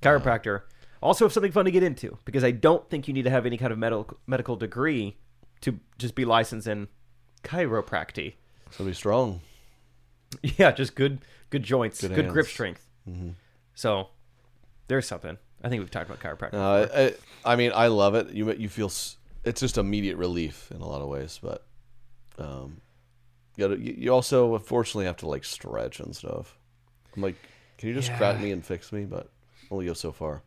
S3: Chiropractor. Also, have something fun to get into because I don't think you need to have any kind of medical medical degree to just be licensed in chiropractic.
S1: So be strong.
S3: (laughs) Yeah, just good good joints, good, grip
S1: hands. Mm-hmm.
S3: strength. So there's something. I think we've talked about chiropractic.
S1: Uh, I, I mean, I love it. You you feel s- it's just immediate relief in a lot of ways, but um, you, gotta, you, you also unfortunately have to like stretch and stuff. I'm like, can you just crack me and fix me? But only go so far.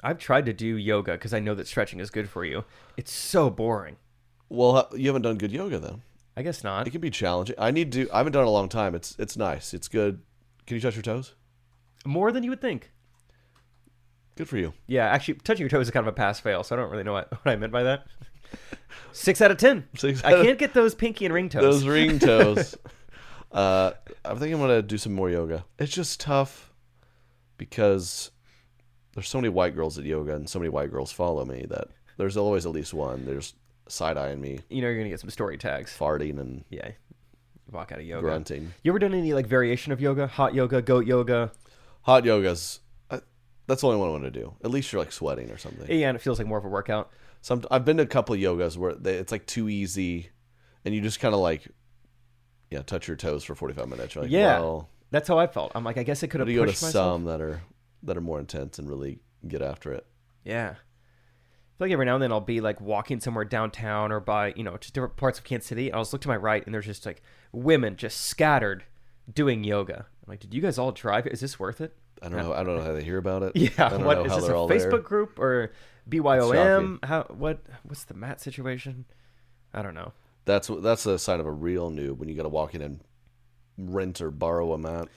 S3: I've tried to do yoga because I know that stretching is good for you. It's so boring.
S1: Well, you haven't done good yoga then.
S3: I guess not.
S1: It can be challenging. I need to. I haven't done it in a long time. It's it's nice. It's good. Can you touch your toes?
S3: More than you would think.
S1: Good for you.
S3: Yeah, actually, touching your toes is kind of a pass fail, so I don't really know what, (laughs) what I meant
S1: (laughs)
S3: by that. Six out of ten.
S1: Six
S3: I
S1: out of-
S3: can't get those pinky and ring toes.
S1: Those ring toes. (laughs) uh, I think I'm gonna do some more yoga. It's just tough because there's so many white girls at yoga, and so many white girls follow me that there's always at least one. There's side eyeing me,
S3: You know, you're gonna get some story tags.
S1: farting, and
S3: Yeah. Walk out of yoga.
S1: grunting.
S3: You ever done any like variation of yoga? Hot yoga, goat yoga.
S1: Hot yoga's. I, That's the only one I want to do. At least you're like sweating or something.
S3: Yeah, and it feels like more of a workout.
S1: Some I've been to a couple of yogas where they, it's like too easy, and you just kind of like, yeah, touch your toes for 45 minutes. You're like,
S3: Yeah,
S1: well,
S3: that's how I felt. I'm like, I guess I could have
S1: but you go to
S3: pushed myself.
S1: some that are that are more intense and really get after it.
S3: Yeah. I feel like every now and then I'll be like walking somewhere downtown or by, you know, just different parts of Kansas City. I'll just look to my right and there's just like women just scattered doing yoga. I'm like, did you guys all drive? Is this worth it?
S1: (laughs) I don't know. I don't know how they hear about it. I
S3: (laughs) Yeah.
S1: don't
S3: What
S1: know
S3: is
S1: how
S3: this a
S1: they're all
S3: Facebook
S1: there.
S3: group or BYOM? How what what's the mat situation? I don't know.
S1: That's what- that's a sign of a real noob when you got to walk in and rent or borrow a mat.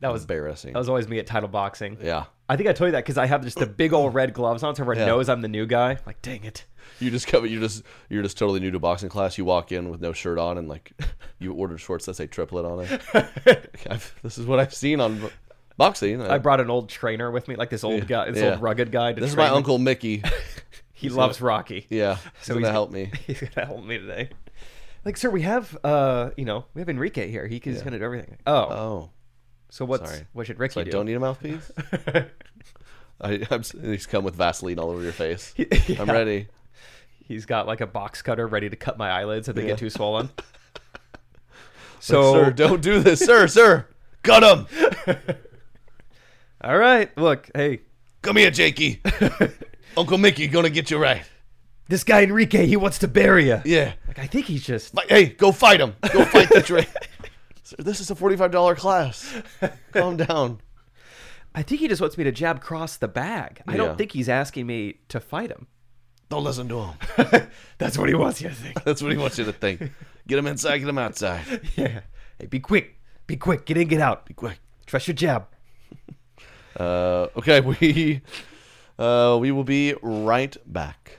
S3: That was
S1: embarrassing.
S3: that was always me at title boxing.
S1: yeah,
S3: I think I told you that because I have just the big old red gloves on, so everyone
S1: Yeah.
S3: knows I'm the new guy. Like, dang it.
S1: you just come. You just you're just totally new to boxing class. You walk in with no shirt on and like (laughs) you ordered shorts that say triplet on it.
S3: (laughs)
S1: I've, this is what I've seen on bo- boxing.
S3: I brought an old trainer with me, like this old guy, this
S1: Yeah.
S3: old rugged guy. To
S1: this is
S3: train
S1: my
S3: me.
S1: uncle
S3: (laughs)
S1: Mickey.
S3: He loves Rocky.
S1: Yeah, he's
S3: So
S1: gonna
S3: he's-
S1: help me.
S3: (laughs) he's gonna help me today. Like, sir, we have uh, you know, we have Enrique here. He can he's gonna do everything. Oh,
S1: Oh,
S3: so what's
S1: sorry.
S3: what should Ricky
S1: so I
S3: do?
S1: don't e- need a
S3: (laughs)
S1: mouthpiece. I, I'm, s- he's come with Vaseline all over your
S3: (laughs)
S1: face. I'm ready.
S3: He's got like a box cutter ready to cut my eyelids if they
S1: Yeah.
S3: get too
S1: (laughs)
S3: swollen. (laughs) so
S1: Sir, don't do this, sir, sir. Cut him.
S3: all right, look, hey,
S1: Come here,
S3: (laughs)
S1: Jakey. Uncle Mickey gonna get you right.
S3: this guy Enrique, he wants to bury you.
S1: Yeah.
S3: Like, I think he's just
S1: Fi- Hey, go fight him. Go fight the train. (laughs) Sir, this is a forty-five dollar class. Calm down.
S3: I think he just wants me to jab cross the bag. I don't
S1: Yeah.
S3: think he's asking me to fight him.
S1: Don't listen to him.
S3: That's what he wants you to think.
S1: (laughs) That's what he wants you to think. Get him inside. Get him outside.
S3: (laughs) yeah. Hey, be quick. Be quick. Get in, get out. Be
S1: Quick.
S3: Trust your jab.
S1: Uh, okay, we uh, we will be right back.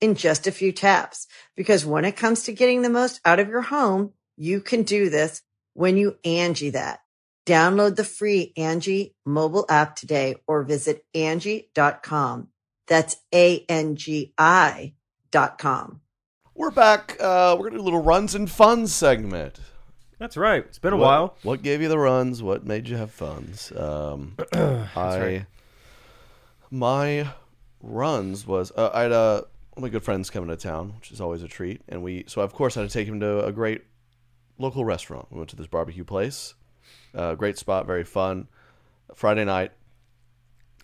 S5: in just a few taps. Because when it comes to getting the most out of your home, you can do this when you Angie that. Download the free Angie mobile app today or visit Angie.com. That's A-N-G-I dot com.
S1: We're back. Uh, we're gonna do a little runs and fun segment.
S3: That's right. It's been a
S1: What-
S3: while.
S1: What gave you the runs? What made you have funs?
S3: (clears throat)
S1: Um, I my runs was uh, I had uh, one of my good friends coming to town, which is always a treat, and we so of course I had to take him to a great local restaurant. We went to this barbecue place, uh, great spot, very fun. Friday night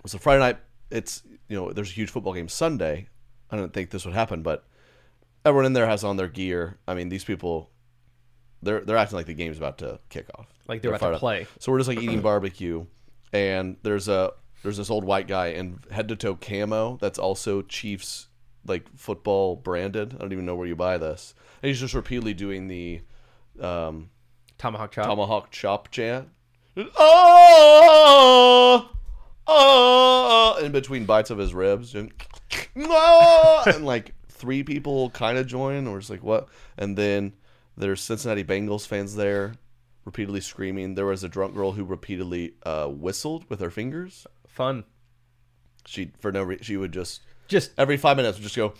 S1: so Friday night. It's you know there's a huge football game Sunday. I didn't think this would happen, but everyone in there has on their gear. I mean these people they're they're acting like the game's about to kick off.
S3: Like they're about to
S1: fired up.
S3: play.
S1: So we're just like eating barbecue, and there's a there's this old white guy in head to toe camo that's also Chiefs like football branded. I don't even know where you buy this, and he's just repeatedly doing the um,
S3: Tomahawk chop.
S1: tomahawk chop chant. Oh, oh, in between bites of his ribs, and, "Ah!" and like three people kind of join, or it's like what? And then there's Cincinnati Bengals fans there, repeatedly screaming. There was a drunk girl who repeatedly uh, whistled with her fingers.
S3: Fun.
S1: She for no re- she would just
S3: Just
S1: every five minutes would just go.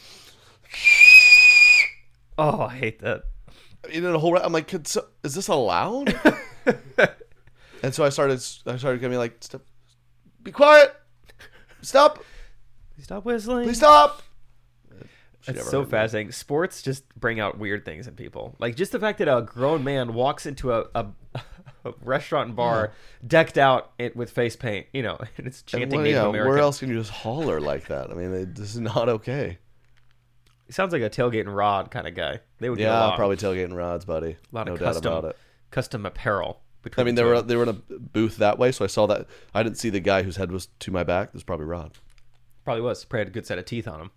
S3: oh, I hate that.
S1: in a whole. I'm like, could so, is this allowed? and so I started. I started getting like, stop, be quiet, stop,
S3: Please stop whistling.
S1: please stop. She
S3: It's
S1: never
S3: so
S1: heard me.
S3: fascinating. Sports just bring out weird things in people. Like just the fact that a grown man walks into a, a, a restaurant and bar decked out it with face paint, you know, (laughs) and it's
S1: And
S3: chanting
S1: well,
S3: Native
S1: yeah,
S3: American.
S1: where else can you just holler like that? I mean, it, this is not okay.
S3: He sounds like a tailgate and rod kind of guy. They would get
S1: Yeah,
S3: along.
S1: probably tailgating rods, buddy.
S3: a lot
S1: no
S3: of
S1: doubt
S3: custom
S1: about it.
S3: custom apparel. Between
S1: I mean,
S3: the
S1: they
S3: two
S1: were
S3: of them.
S1: they were in a booth that way, so I saw that. I didn't see the guy whose head was to my back. This probably Rod.
S3: probably was probably had a good set of teeth on him.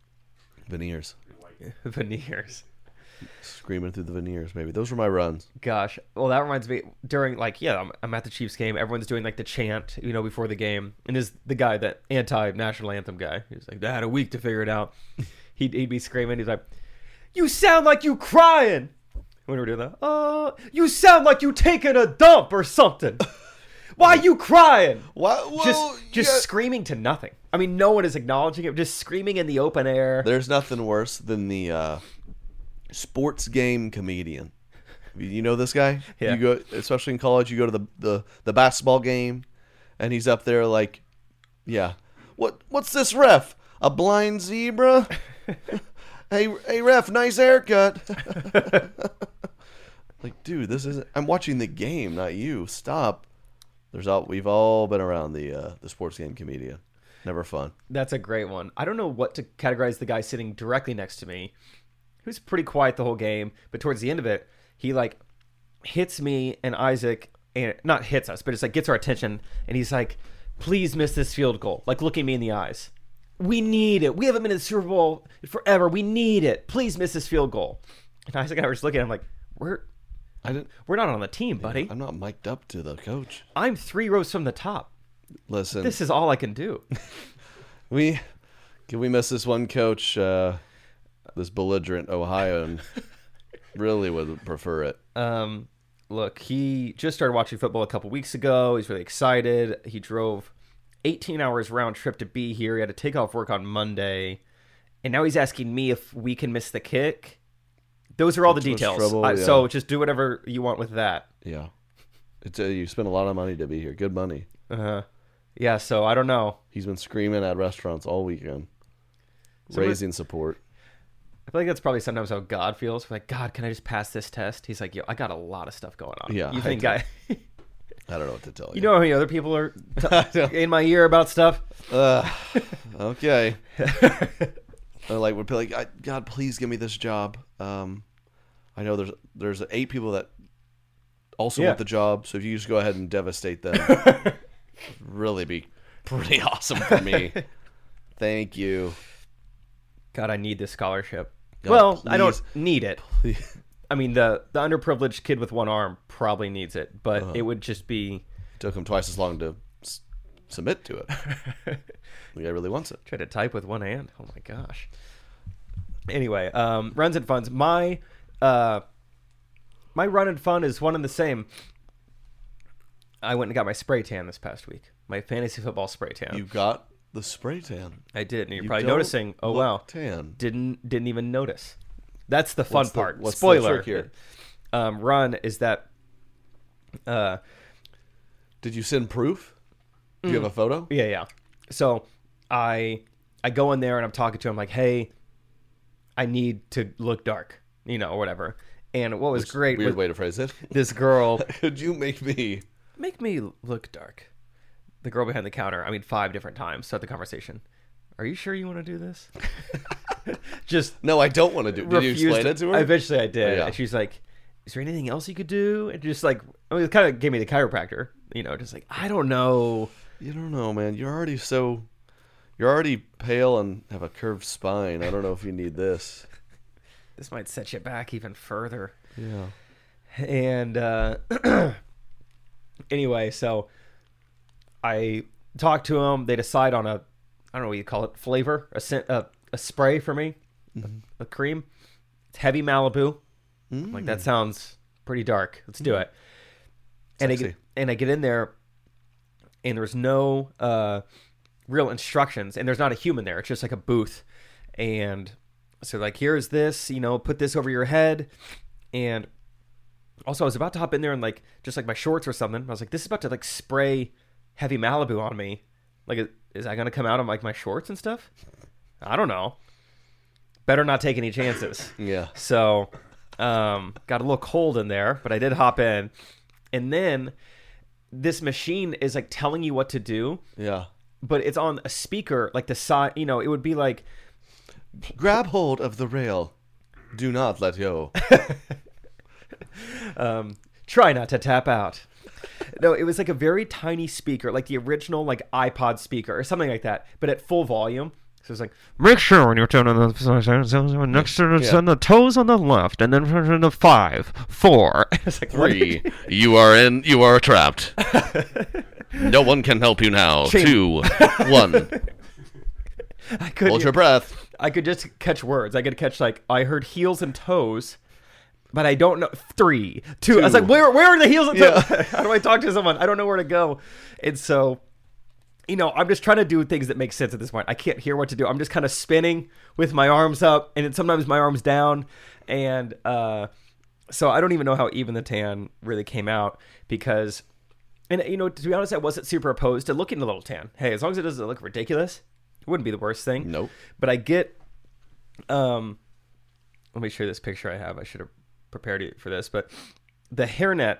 S1: Veneers,
S3: (laughs) Veneers.
S1: screaming through the veneers. Maybe those were my runs.
S3: Gosh. Well, that reminds me. During like, yeah, I'm, I'm at the Chiefs game. Everyone's doing like the chant, you know, before the game. And is the guy that anti national anthem guy? He's like, I had a week to figure
S1: (laughs)
S3: it out. He'd, he'd be screaming. He's like, you sound like you crying. When we we're doing that, uh, you sound like you taking a dump
S1: (laughs)
S3: or something. Why you crying?
S1: Why- well,
S3: just just
S1: yeah.
S3: screaming to nothing. I mean, no one is acknowledging it. Just screaming in the open air.
S1: There's nothing worse than the uh, sports game comedian. You know this guy?
S3: Yeah.
S1: You go, especially in college, you go to the, the, the basketball game, and he's up there like, yeah, what what's this ref? A blind (laughs) zebra? hey hey ref, nice (laughs) haircut. like, dude, this isn't. I'm watching the game, not you. Stop. There's all we've all been around the uh, the sports game comedian. Never fun.
S3: That's a great one. I don't know what to categorize the guy sitting directly next to me. He was pretty quiet the whole game, but towards the end of it, he like hits me and Isaac, and not hits us, but it's like gets our attention, and he's like, "Please miss this field goal." Like looking me in the eyes. We need it. We haven't been in the Super Bowl forever. We need it. Please miss this field goal. And Isaac and I were just looking. at him like, "We're
S1: I didn't.
S3: we're not on the team, buddy.
S1: I'm not mic'd up to the coach.
S3: I'm three rows from the top.
S1: Listen,
S3: This is all I can do."
S1: we can we miss this one coach, uh, this belligerent
S3: (laughs)
S1: Ohioan. really would prefer it.
S3: Um, look, he just started watching football a couple weeks ago. He's really excited. He drove 18 hours round trip to be here. He had to take off work on Monday, and now he's asking me if we can miss the kick. Those are all the
S1: Which was
S3: details.
S1: trouble,
S3: I-
S1: yeah.
S3: So just do whatever you want with that.
S1: Yeah, it's uh, you spend a lot of money to be here. Good money.
S3: Yeah. So I don't know.
S1: He's been screaming at restaurants all weekend, raising support.
S3: I feel like that's probably sometimes how God feels. We're like, God, can I just pass this test? He's like, Yo, I got a lot of stuff going on.
S1: Yeah,
S3: You
S1: I
S3: think
S1: do.
S3: I?
S1: I don't know what to tell you.
S3: you know how many other people are
S1: (laughs)
S3: t- in my ear about stuff? (laughs)
S1: okay. I like would be like, I, God, please give me this job. Um, I know there's there's eight people that also
S3: Yeah.
S1: want the job, so if you just go ahead and devastate
S3: (laughs)
S1: them, really be pretty (laughs) awesome for me. Thank
S3: (laughs)
S1: you.
S3: God, I need this scholarship.
S1: God,
S3: well, I don't
S1: please.
S3: need it. I mean, the the underprivileged kid with one arm probably needs it, but
S1: Uh-huh.
S3: it would just be
S1: Took him twice as long to s- submit
S3: (laughs)
S1: to it. the guy really wants it.
S3: try to type with one hand. Oh my gosh. Anyway, um, runs and funds. My uh, my run and fun is one and the same. I went and got my spray tan this past week. My fantasy football spray tan.
S1: You got the spray tan.
S3: I did, and you're
S1: You
S3: probably
S1: don't
S3: noticing. Oh
S1: look
S3: wow,
S1: tan.
S3: didn't didn't even notice. That's the fun
S1: What's the-
S3: part.
S1: what's the
S3: Spoiler
S1: trick here?
S3: Um, run is that uh,
S1: Did you send proof? Do you have a photo?
S3: Yeah, yeah. So I I go in there and I'm talking to him like, hey, I need to look dark, you know, or whatever. And what was great
S1: Weird
S3: was
S1: way to phrase it.
S3: this
S1: (laughs)
S3: girl
S1: Could you make me?
S3: make me look dark. The girl behind the counter, I mean five different times, start the conversation. Are you sure you want to
S1: (laughs)
S3: do this? (laughs) Just
S1: No, I don't want to do. Did you
S3: refused-
S1: explain it to her?
S3: Eventually, I did,
S1: Yeah.
S3: and she's like, "Is there anything else you could do?" And just like, I mean, it kind of gave me the chiropractor, you know, just like, I don't know.
S1: You don't know, man. You're already so you're already pale and have a curved spine. I don't know if you need this.
S3: This might set you back even further.
S1: Yeah.
S3: And uh, (clears throat) anyway, so I talk to them. They decide on a, I don't know what you call it, flavor, a scent, a, a spray for me,
S1: Mm-hmm.
S3: a, a cream. It's heavy Malibu. I'm Like
S1: Mm.
S3: that sounds pretty dark. Let's do it. And I get,
S1: Sexy.
S3: and I get in there, and there's no uh, real instructions, and there's not a human there. It's just like a booth, and so like here's this, you know, put this over your head, and also I was about to hop in there and like just like my shorts or something. I was like, this is about to like spray heavy Malibu on me. Like, is- is that gonna come out on like my shorts and stuff? I don't know. Better not take any chances. (laughs)
S1: Yeah.
S3: So, um, got a little cold in there, but I did hop in, and then this machine is like telling you what to do,
S1: Yeah.
S3: but it's on a speaker like the side. You know, it would be like
S1: Grab hold of the rail. Do not let (laughs) go.
S3: try not to tap out. No, it was like a very tiny speaker, like the original like iPod speaker or something like that, but at full volume. So it's like
S6: Make sure when you're turning the next to the, the toes on the left, and then turn to five, four.
S3: it's like what-
S1: Three. You are in. You are
S3: (laughs)
S1: trapped. No one can help you now. Two,
S3: (laughs)
S1: one.
S3: I could
S1: Hold your breath.
S3: I could just catch words. I could catch like I heard heels and toes, but I don't know three, two. I was like, where where are the heels and toes? (laughs) How do I talk to someone? I don't know where to go, and so. You know, I'm just trying to do things that make sense at this point. I can't hear what to do. I'm just kind of spinning with my arms up, and then sometimes my arms down, and uh, so I don't even know how even the tan really came out because, and you know, to be honest, I wasn't super opposed to looking a little tan. Hey, as long as it doesn't look ridiculous, it wouldn't be the worst thing.
S1: Nope.
S3: But I get um let me show you this picture I have. I should have prepared you for this, but the hairnet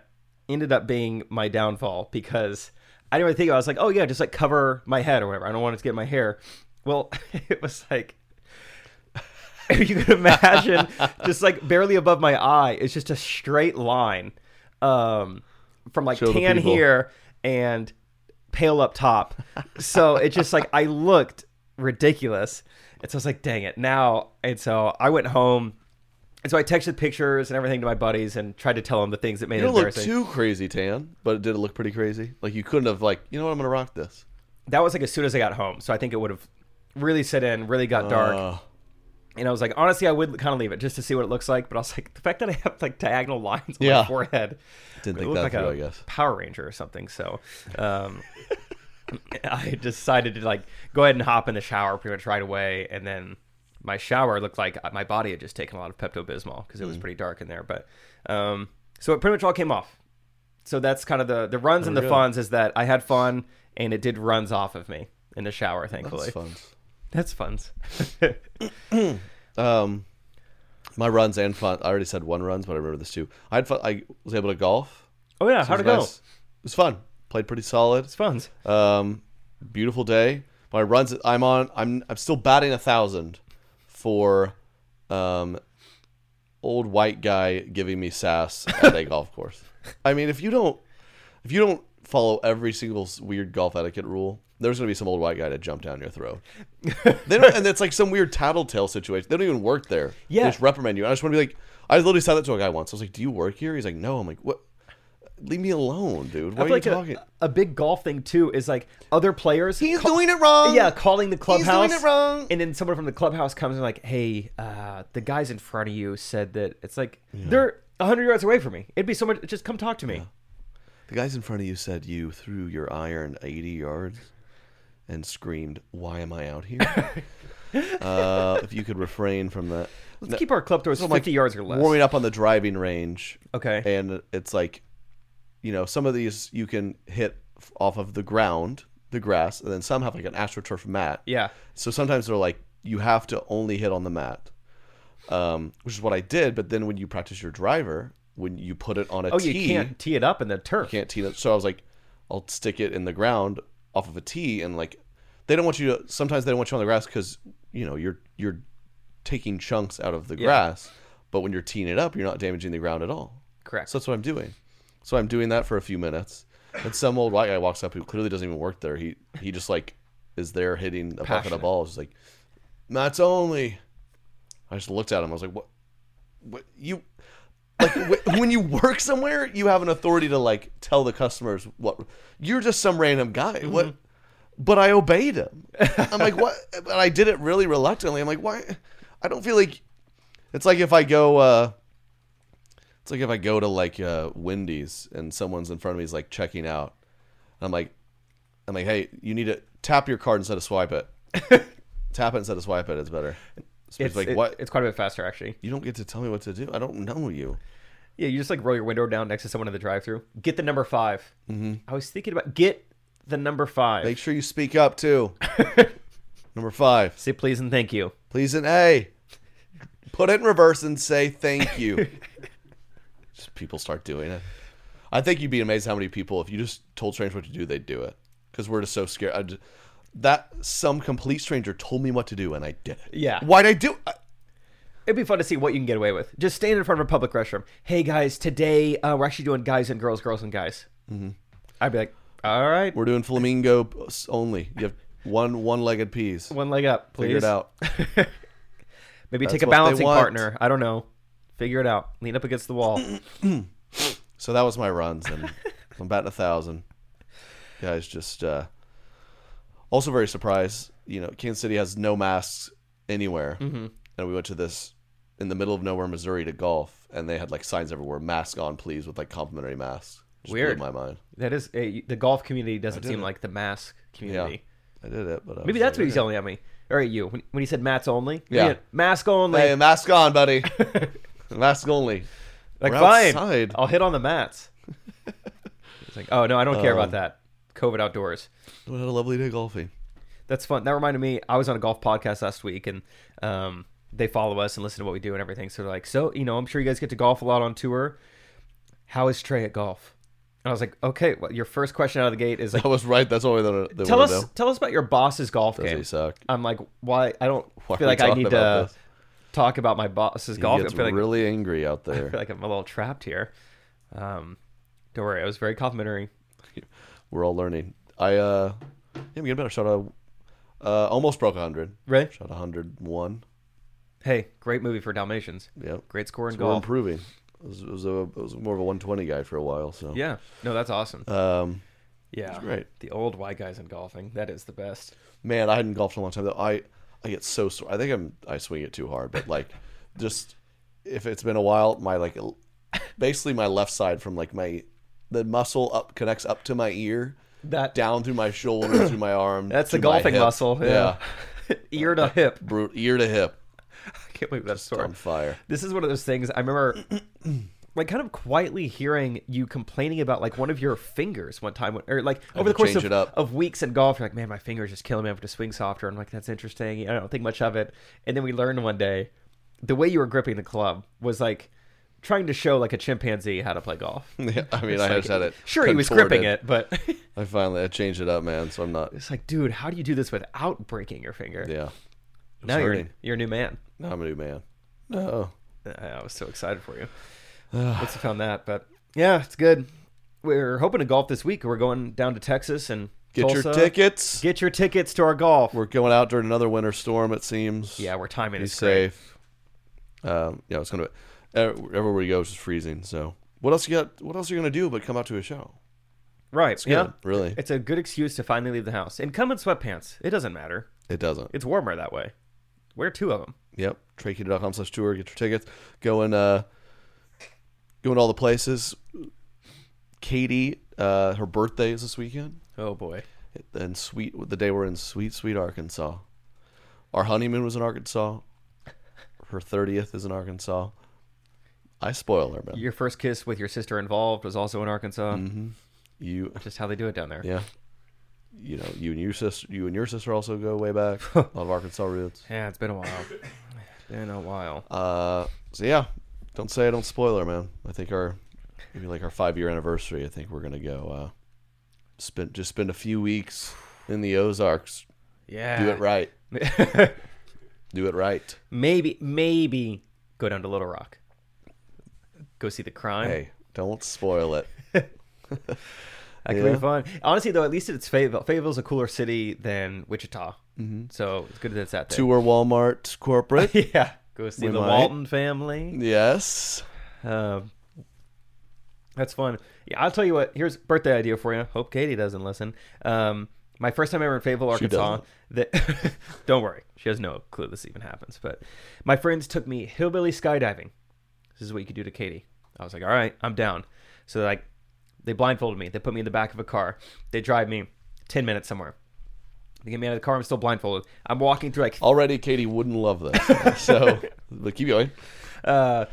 S3: ended up being my downfall because I didn't really think about it. I was like, oh yeah, just like cover my head or whatever. I don't want it to get in my hair. Well, (laughs) it was like (laughs) you can imagine just like barely above my eye, it's just a straight line. Um from like
S1: the
S3: tan
S1: people.
S3: here and pale up top. So it just like I looked ridiculous. And so I was like, dang it. Now and so I went home and so I texted pictures and everything to my buddies and tried to tell them the things that made
S1: You
S3: it
S1: don't look
S3: embarrassing.
S1: too crazy, Tan, but it did look pretty crazy. Like you couldn't have like, you know what, I'm gonna rock this.
S3: that was like as soon as I got home. So I think it would have really set in, really got dark.
S1: Uh.
S3: and I was like, honestly, I would kind of leave it just to see what it looks like. But I was like, the fact that I have like diagonal lines on
S1: Yeah.
S3: my forehead,
S1: Didn't
S3: it
S1: think
S3: looked
S1: that
S3: like
S1: through,
S3: a
S1: I guess.
S3: Power Ranger or something. So, um, (laughs) I decided to like go ahead and hop in the shower pretty much right away, and then my shower looked like uh, my body had just taken a lot of Pepto Bismol because it
S1: Hmm.
S3: was pretty dark in there. But um, so it pretty much all came off. So that's kind of the the
S1: Oh,
S3: runs and the funs is that I had fun and it did runs off of me in the shower. Thankfully,
S1: That's fun.
S3: That's funs. (laughs)
S1: Um, my runs and fun. I already said one runs, but I remember this too. I had fun. I was able to golf.
S3: oh yeah, how'd it
S1: was
S3: go?
S1: nice. It was fun. Played pretty solid.
S3: It's funs.
S1: Um, beautiful day. My runs. I'm on. I'm. I'm still batting a thousand for, um, old white guy giving me sass at
S3: (laughs)
S1: a golf course. I mean, if you don't, if you don't follow every single s- weird golf etiquette rule, there's gonna be some old white guy to jump down your throat. They don't, and it's like some weird tattletale situation. They don't even work there.
S3: Yeah.
S1: they just reprimand you. I just want to be like, I literally said that to a guy once. I was like, "Do you work here?" He's like, "No." I'm like, "What? Leave me alone, dude. Why
S3: I
S1: are
S3: feel
S1: you
S3: like a-
S1: talking?"
S3: A, big golf thing too is like other players.
S1: He's doing it wrong.
S3: Yeah, calling the
S1: doing
S3: clubhouse.
S1: it wrong.
S3: And then someone from the clubhouse comes and like, hey, uh, the guys in front of you said that it's like they're hundred yards away from me. It'd be so much. Just come talk to me.
S1: The guys in front of you said you threw your iron 80 yards and screamed, Why am I out
S3: (laughs)
S1: here? uh, if you could refrain from that.
S3: Let's keep our club doors
S1: So I'm, like,
S3: fifty yards or less.
S1: Warming up on the driving range.
S3: Okay.
S1: And it's like, you know, some of these you can hit f- off of the ground, the grass, and then some have like an astroturf mat.
S3: Yeah.
S1: So sometimes they're like, you have to only hit on the mat, um, which is what I did. But then when you practice your driver, when you put it on a
S3: Oh,
S1: tee,
S3: you can't tee it up in the turf.
S1: can't tee it. So I was like, I'll stick it in the ground off of a tee, and like, they don't want you to. Sometimes they don't want you on the grass because you know you're you're taking chunks out of the grass, but when you're teeing it up, you're not damaging the ground at all.
S3: Correct.
S1: So that's what I'm doing. So I'm doing that for a few minutes, and some old white guy walks up who clearly doesn't even work there. He he just like is there hitting a bucket
S3: Passionate.
S1: of balls, just like that's only. I just looked at him. I was like, what? What you? Like wh- (laughs) when you work somewhere, you have an authority to like tell the customers what you're just some random guy. What? But I obeyed him. I'm like, what? (laughs) But I did it really reluctantly. I'm like, why? I don't feel like it's like if I go. uh it's like if I go to like uh, Wendy's and someone's in front of me is like checking out, and I'm like, I'm like, hey, you need to tap your card instead of swipe
S3: (laughs)
S1: it. tap it instead of swipe it. It's better. So
S3: It's
S1: it's like
S3: it-
S1: what?
S3: It's quite a bit faster actually.
S1: you don't get to tell me what to do. I don't know you.
S3: Yeah, you just like roll your window down next to someone in the drive-through. Get the number 5 Mm-hmm. I was thinking about get the number five.
S1: Make sure you speak up
S3: (laughs)
S1: too. Number five,
S3: Say please and thank you.
S1: please and A. Put it in reverse and say thank you. (laughs) just people start doing it. I think you'd be amazed how many people, if you just told strangers what to do, they'd do it because we're just so scared. I just, that some complete stranger told me what to do and I did it.
S3: Yeah.
S1: Why'd I do I-
S3: It'd be fun to see what you can get away with. Just stand in front of a public restroom. Hey guys, today uh, we're actually doing guys and girls, girls and guys. Mm-hmm. I'd be like, all right,
S1: We're doing flamingo only. You have one one legged peas.
S3: one leg up, please.
S1: Figure it out.
S3: Maybe take
S1: That's
S3: a
S1: what they
S3: balancing
S1: want.
S3: partner. I don't know. Figure it out. Lean up against
S1: (clears throat)
S3: the wall.
S1: So that was my runs,
S3: (laughs)
S1: and I'm batting a thousand. Guys, just uh, also very surprised. You know, Kansas City has no masks anywhere,
S3: Mm-hmm.
S1: and we went to this in the middle of nowhere, Missouri, to golf, and they had like signs everywhere, "Mask on, please," with like complimentary masks. Just
S3: Weird.
S1: blew my mind.
S3: that is a, the golf community doesn't seem like the mask community.
S1: I did it, but I
S3: Maybe
S1: was
S3: that's what
S1: like,
S3: he's yelling at me or at you when, when he said Matt's only.
S1: Yeah.
S3: mask only.
S1: Hey, mask on,
S3: (laughs)
S1: buddy. mask only.
S3: like
S1: we're
S3: fine,
S1: outside.
S3: I'll hit on
S1: (laughs)
S3: the mats. it's like, oh no, I don't care
S1: Um,
S3: about that. COVID outdoors.
S1: We had a lovely day golfing.
S3: That's fun. That reminded me, I was on a golf podcast last week, and um, they follow us and listen to what we do and everything. So they're like, so you know, I'm sure you guys get to golf a lot on tour. How is Trey at golf? And I was like, okay, well, your first question out of the
S1: (laughs)
S3: gate is like,
S1: I was right. That's all they, they
S3: tell
S1: want
S3: us,
S1: to know.
S3: tell us about your boss's golf
S1: Does
S3: game.
S1: he suck?
S3: I'm like, why? I don't
S1: (laughs) Why are
S3: feel
S1: we
S3: like I
S1: talking
S3: need
S1: about
S3: to
S1: this?
S3: talk about my boss's
S1: He
S3: golf. game. I
S1: gets
S3: feel like,
S1: really angry out
S3: I feel
S1: there.
S3: like I'm a little trapped here. Um, don't worry, I was very complimentary.
S1: We're all learning. I uh, yeah, I'm getting better. Shot a, uh, almost broke hundred.
S3: Right?
S1: Shot hundred one.
S3: Hey, great movie for Dalmatians.
S1: Yep.
S3: Great score in
S1: So we're
S3: golf.
S1: improving. I was, I was a, I was more of a 120 guy for a while. So
S3: Yeah, no, that's awesome.
S1: Um,
S3: Yeah,
S1: great.
S3: The old white guys in golfing. That is the best.
S1: man, I hadn't golfed in a long time though. I I get so sore. I think I'm I swing it too hard, but like (laughs) just if it's been a while, my like l- basically my left side from like my the muscle up connects up to my ear,
S3: That
S1: down through my shoulder, through my arm.
S3: That's the
S1: to my
S3: golfing
S1: hip.
S3: muscle. Yeah. (laughs) Ear to hip.
S1: Brute, ear to hip,
S3: I can't believe that's
S1: on
S3: sore.
S1: fire.
S3: This is one of those things I remember (clears throat) like kind of quietly hearing you complaining about like one of your fingers one time or like over the
S1: to
S3: course
S1: change
S3: of,
S1: it up.
S3: of weeks in golf you're like man my fingers just killing me I have to swing softer I'm like that's interesting I don't think much of it and then we learned one day the way you were gripping the club was like trying to show like a chimpanzee how to play (laughs) golf
S1: (laughs) Yeah, I mean,
S3: It's
S1: I
S3: like-
S1: just had it.
S3: sure he was
S1: contorted.
S3: gripping it but (laughs)
S1: I finally I changed it up, man. So I'm not.
S3: it's like dude how do you do this without breaking your finger
S1: Yeah. It was
S3: Now you're
S1: hurting.
S3: you're a new man.
S1: Now I'm a new man. No.
S3: I was so excited
S1: (sighs)
S3: for you. Once you found that, but yeah, it's good. We're hoping to golf this week. We're going down to Texas and
S1: Get
S3: Tulsa.
S1: your tickets.
S3: Get your tickets to our golf.
S1: We're going out during another winter storm. It seems.
S3: yeah, we're timing
S1: Be
S3: this great.
S1: safe. Um, yeah, it's gonna. ev- Everywhere you go, it's just freezing. So, what else you got? What else are you gonna do but come out to a show?
S3: Right? yeah,
S1: good, really.
S3: It's a good excuse to finally leave the house and come in sweatpants. It doesn't matter.
S1: It doesn't.
S3: It's warmer that way. Wear two of them.
S1: Yep. Trakey.com slash tour. Get your tickets. Go and uh, go in all the places. Katie, uh, her birthday is this weekend.
S3: Oh boy.
S1: And sweet, the day we're in sweet, sweet Arkansas. Our honeymoon was in Arkansas. Her thirtieth is in Arkansas. I spoil her, man.
S3: Your first kiss with your sister involved was also in Arkansas.
S1: you
S3: Just how they do it down there.
S1: Mm-hmm. Yeah. You know, you and your sister, you and your sister also go way back. A lot of Arkansas roots.
S3: Yeah, it's been a while. (laughs) been a while.
S1: Uh, so yeah, don't say I don't spoiler, man. I think our maybe like our five year anniversary. I think we're gonna go uh, spend just spend a few weeks in the Ozarks.
S3: yeah.
S1: Do it right. Do it right.
S3: Maybe, maybe go down to Little Rock. Go see the crime.
S1: Hey, don't spoil it.
S3: that could
S1: yeah.
S3: be fun. Honestly, though, at least it's Fayetteville. Fayetteville's a cooler city than Wichita,
S1: Mm-hmm.
S3: so it's good that it's out there.
S1: Tour Walmart corporate.
S3: (laughs) yeah, go see
S1: We
S3: the
S1: might.
S3: Walton family.
S1: yes.
S3: Um, that's fun. Yeah, I'll tell you what. Here's a birthday idea for you. Hope Katie doesn't listen. Um, my first time ever in Fayetteville, Arkansas. That (laughs) don't worry, she has no clue this even happens. But my friends took me hillbilly skydiving. This is what you could do to Katie. I was like, all right, I'm down. So like, they blindfolded me. They put me in the back of a car. They drive me ten minutes somewhere. They get me out of the car. I'm still blindfolded. I'm walking through like
S1: Already, Katie wouldn't love
S3: (laughs)
S1: this. so, but keep going.
S3: uh,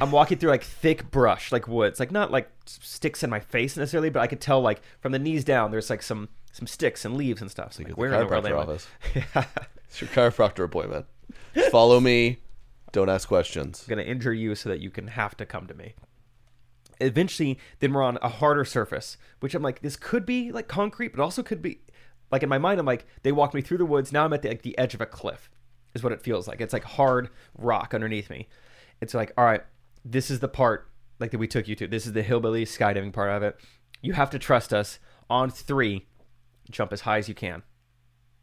S3: I'm walking through like thick brush, like woods, like not like s- sticks in my face necessarily, but I could tell like from the knees down, there's like some some sticks and leaves and stuff. So like,
S1: Get the
S3: where in the world
S1: chiropractor
S3: am I? (laughs)
S1: office. It's your chiropractor appointment. Follow me. Don't ask questions.
S3: I'm gonna injure you so that you can have to come to me. Eventually, then we're on a harder surface, which I'm like, this could be like concrete, but also could be Like in my mind, I'm like, they walked me through the woods. Now I'm at the, like, the edge of a cliff, is what it feels like. It's like hard rock underneath me. It's like, all right, this is the part like that we took you to. This is the hillbilly skydiving part of it. You have to trust us. On three, jump as high as you can.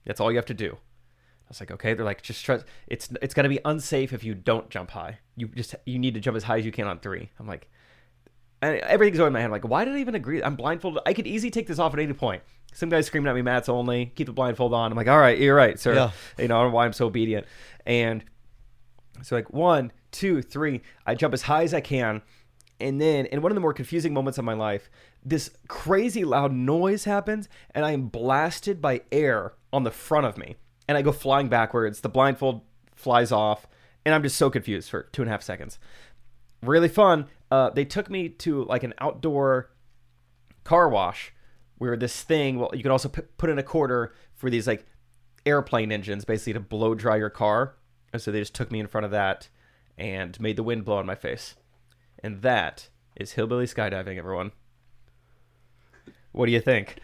S3: That's all you have to do. I was like, okay. They're like, just trust. It's it's gonna be unsafe if you don't jump high. You just you need to jump as high as you can on three. I'm like, and everything's going in my head. I'm like, why did I even agree? I'm blindfolded. I could easily take this off at any point. Some guy's screaming at me, Matt's only. Keep the blindfold on. I'm like, all right, you're right, sir.
S1: Yeah.
S3: You know, I don't know why I'm so obedient. And so like one, two, three, I jump as high as I can. And then in one of the more confusing moments of my life, this crazy loud noise happens and I am blasted by air on the front of me. And I go flying backwards. The blindfold flies off. And I'm just so confused for two and a half seconds really fun. Uh, they took me to like an outdoor car wash where this thing, well, you can also p- put in a quarter for these like airplane engines basically to blow dry your car. And so they just took me in front of that and made the wind blow on my face. And that is hillbilly skydiving, everyone. What do
S1: (laughs)
S3: you think?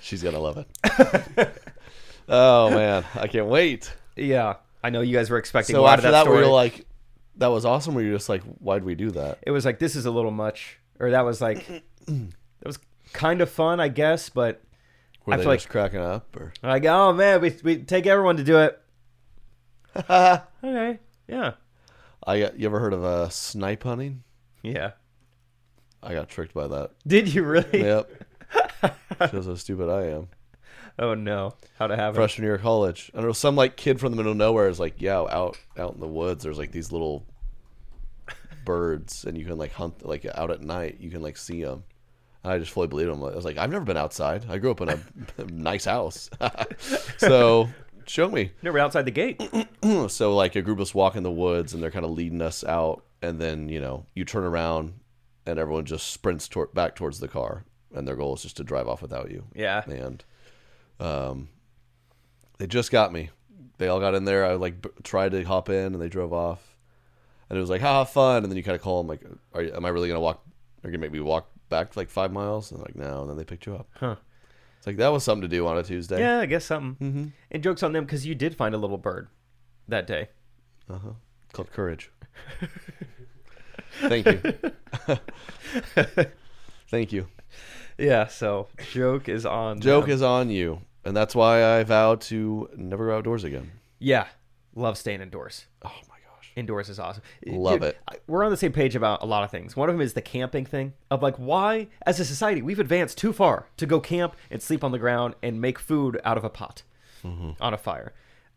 S1: She's gonna love it.
S3: (laughs)
S1: oh man, I can't wait.
S3: yeah, I know you guys were expecting a
S1: So
S3: lot
S1: after
S3: of
S1: that,
S3: that,
S1: were
S3: story.
S1: you like, that was awesome? Were you just like, why'd we do that?
S3: it was like this is a little much, or that was
S1: (clears throat)
S3: like that was kind of fun, I guess, but
S1: Were
S3: I
S1: they
S3: feel like-
S1: just cracking up? Or
S3: Like, oh man, we, we take everyone to do
S1: (laughs)
S3: it. okay. Yeah.
S1: I got, you ever heard of uh, snipe hunting?
S3: Yeah.
S1: I got tricked by
S3: (laughs)
S1: that.
S3: Did you really?
S1: Yep. Shows how stupid I am.
S3: Oh no. How to have it?
S1: Freshman year of college, and there was some like kid from the middle of nowhere is like, yeah, out out in the woods, there's like these little birds, and you can like hunt like out at night, you can like see them. And I just fully believed him. I was like, I've never been outside. I grew up in a (laughs) nice house, so show me.
S3: No, we're outside the gate.
S1: so like a group of us walk in the woods and they're kind of leading us out and then you know you turn around and everyone just sprints toward back towards the car and their goal is just to drive off without you
S3: Yeah.
S1: and um they just got me they all got in there i like b- tried to hop in and they drove off and it was like ha ha, fun and then you kind of call them like are you, am i really gonna walk are you gonna make me walk back like five miles and they're like no and then they picked you up
S3: Huh.
S1: it's like that was something to do on a tuesday
S3: Yeah, I guess something. Mm-hmm. And jokes on them because you did find a little bird that day.
S1: called
S3: (laughs)
S1: courage. Thank you.
S3: (laughs)
S1: Thank you.
S3: Yeah. So joke is on.
S1: Joke
S3: them.
S1: is on you, and that's why I vow to never go outdoors again.
S3: Yeah. Love staying indoors.
S1: Oh my gosh.
S3: Indoors is awesome.
S1: Love it.
S3: I- We're on the same page about a lot of things. One of them is the camping thing of like why, as a society, we've advanced too far to go camp and sleep on the ground and make food out of a pot
S1: Mm-hmm.
S3: on a fire.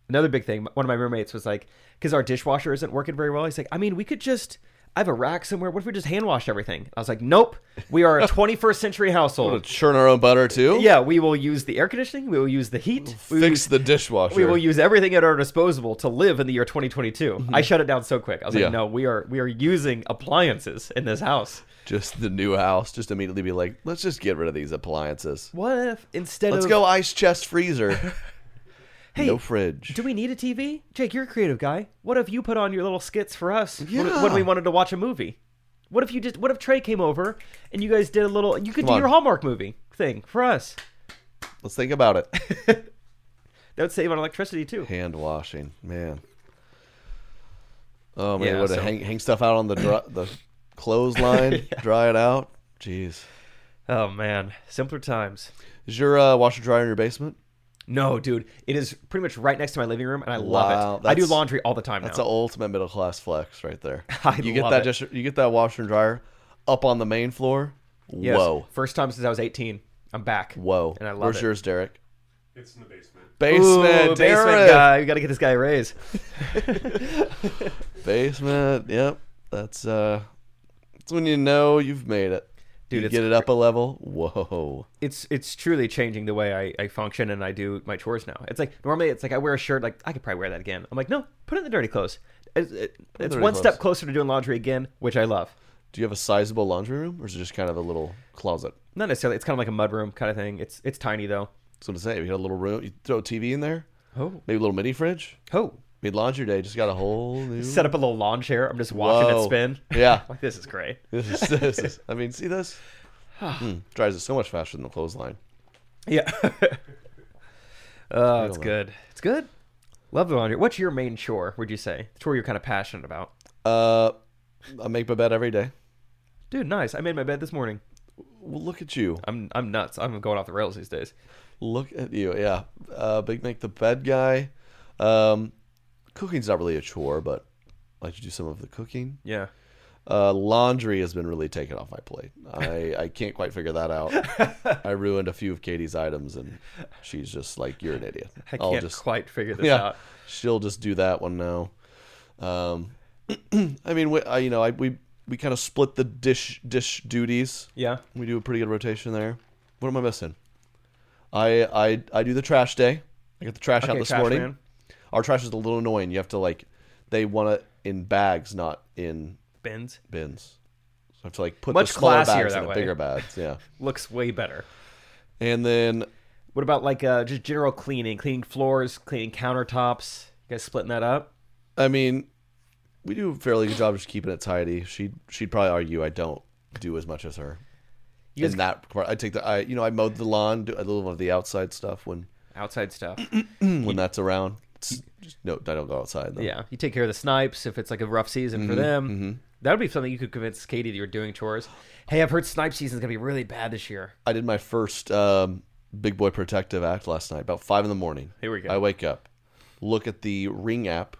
S3: Another big thing. One of my roommates was like, because our dishwasher isn't working very well. He's like, I mean, we could just. I have a rack somewhere. What if we just hand wash everything? I was like, nope.
S1: (laughs)
S3: We are a 21st century
S1: We'll
S3: household.
S1: churn our own butter too.
S3: Yeah, we will use the air conditioning. We will use the heat. We will
S1: Fix the dishwasher.
S3: we will use everything at our disposal to live in the year 2022. I shut it down so quick. I was
S1: Yeah.
S3: like, no, we are we are using appliances in this house.
S1: just the new house. Just immediately be like, let's just get rid of these appliances.
S3: What if instead
S1: Let's
S3: of
S1: go ice chest freezer.
S3: (laughs) hey,
S1: no fridge.
S3: do we need a TV? Jake, you're a creative guy. What if you put on your little skits for us when-
S1: Yeah.
S3: when we wanted to watch a movie? What if you just what if Trey came over and you guys did a little you could
S1: Come
S3: do
S1: on.
S3: your Hallmark movie thing for us.
S1: Let's think about it.
S3: That would save on electricity too.
S1: Hand washing, man. Oh man,
S3: Yeah,
S1: what to
S3: so-
S1: hang, hang stuff out on the dry, the
S3: (laughs)
S1: clothesline, dry it out. Jeez.
S3: Oh man, simpler times.
S1: Is your uh, washer dryer in your basement?
S3: No, dude, it is pretty much right next to my living room, and I
S1: Wow,
S3: love it. I do
S1: that's-
S3: laundry all the time
S1: That's
S3: now.
S1: the ultimate middle class flex right there.
S3: (laughs) I
S1: you get
S3: love
S1: that
S3: it.
S1: just you get that washer and dryer up on the main floor.
S3: Yes.
S1: Whoa,
S3: First time since I was 18. I'm back.
S1: whoa.
S3: And I love
S1: Where's
S3: it.
S1: yours, Derek?
S7: It's in the basement.
S3: Ooh,
S1: Basement,
S3: basement
S1: Derek.
S3: guy. We got to get this guy a raise.
S1: Basement. Yep. That's uh. That's when you know you've made it.
S3: Dude,
S1: you
S3: it's
S1: get it up a level. Whoa.
S3: It's it's truly changing the way I, I function and I do my chores now. It's like normally it's like I wear a shirt like I could probably wear that again. I'm like no, put it in the dirty clothes. It's, it- it's
S1: dirty
S3: one step
S1: clothes.
S3: closer to doing laundry again, which I love.
S1: Do you have a sizable laundry room, or is it just kind of a little closet?
S3: Not necessarily. It's kind of like a mudroom kind of thing. It's it's tiny though.
S1: That's what I say. If you had a little room, you throw a TV in there.
S3: Oh.
S1: Maybe a little mini fridge.
S3: Oh,
S1: I mean, laundry day just got a whole new
S3: set up a little lawn chair. I'm just watching
S1: Whoa.
S3: it spin. (laughs)
S1: (laughs) Yeah.
S3: like this is great.
S1: This is, this is,
S3: (sighs)
S1: I mean, see this? Hmm, dries it so much faster than the clothesline.
S3: Yeah. (laughs) Oh, it's good. It's good. Love the laundry. What's your main chore? Would you say the chore you're kind of passionate about?
S1: Uh, I make my bed every day.
S3: Dude, nice. I made my bed this morning.
S1: Well, look at you.
S3: I'm I'm nuts. I'm going off the rails these days.
S1: Look at you. Yeah. Uh, big make the bed guy. Um, cooking's not really a chore, but I like to do some of the cooking.
S3: Yeah.
S1: Uh, laundry has been really taken off my plate.
S3: (laughs)
S1: I, I can't quite figure that out. I ruined a few of Katie's items, and she's just like, "You're an idiot."
S3: (laughs) I can't quite figure this
S1: yeah,
S3: out.
S1: she'll just do that one now. Um, (clears throat) I mean, we, I, you know, I, we we kind of split the dish dish duties.
S3: Yeah.
S1: We do a pretty good rotation there. What am I missing? I I I do the trash day. I got the trash out
S3: Okay,
S1: this
S3: trash
S1: morning.
S3: man.
S1: Our trash is a little annoying. You have to like they want it in bags, not in
S3: Bins
S1: bins. So I have to like put
S3: Much
S1: the smaller
S3: classier
S1: bags
S3: that
S1: in the
S3: way.
S1: bigger bags. Yeah.
S3: looks way better.
S1: And then
S3: What about like uh, just general cleaning, cleaning floors, cleaning countertops? You guys splitting that up?
S1: I mean, we do a fairly good job of just keeping it tidy. She she'd probably argue I don't do as much as her. in that part, I take the I you know I mowed the lawn, do a little of the outside stuff when
S3: Outside stuff.
S1: when that's around. It's just- no, I don't go outside though.
S3: Hmm. yeah, you take care of the snipes if it's like a rough season for them. That would be something you could convince Katie that you're doing chores. Hey, I've heard snipe season's gonna be really bad this year.
S1: I did my first um, big boy protective act last night, about five in the morning.
S3: Here we go.
S1: I wake up, look at the ring app,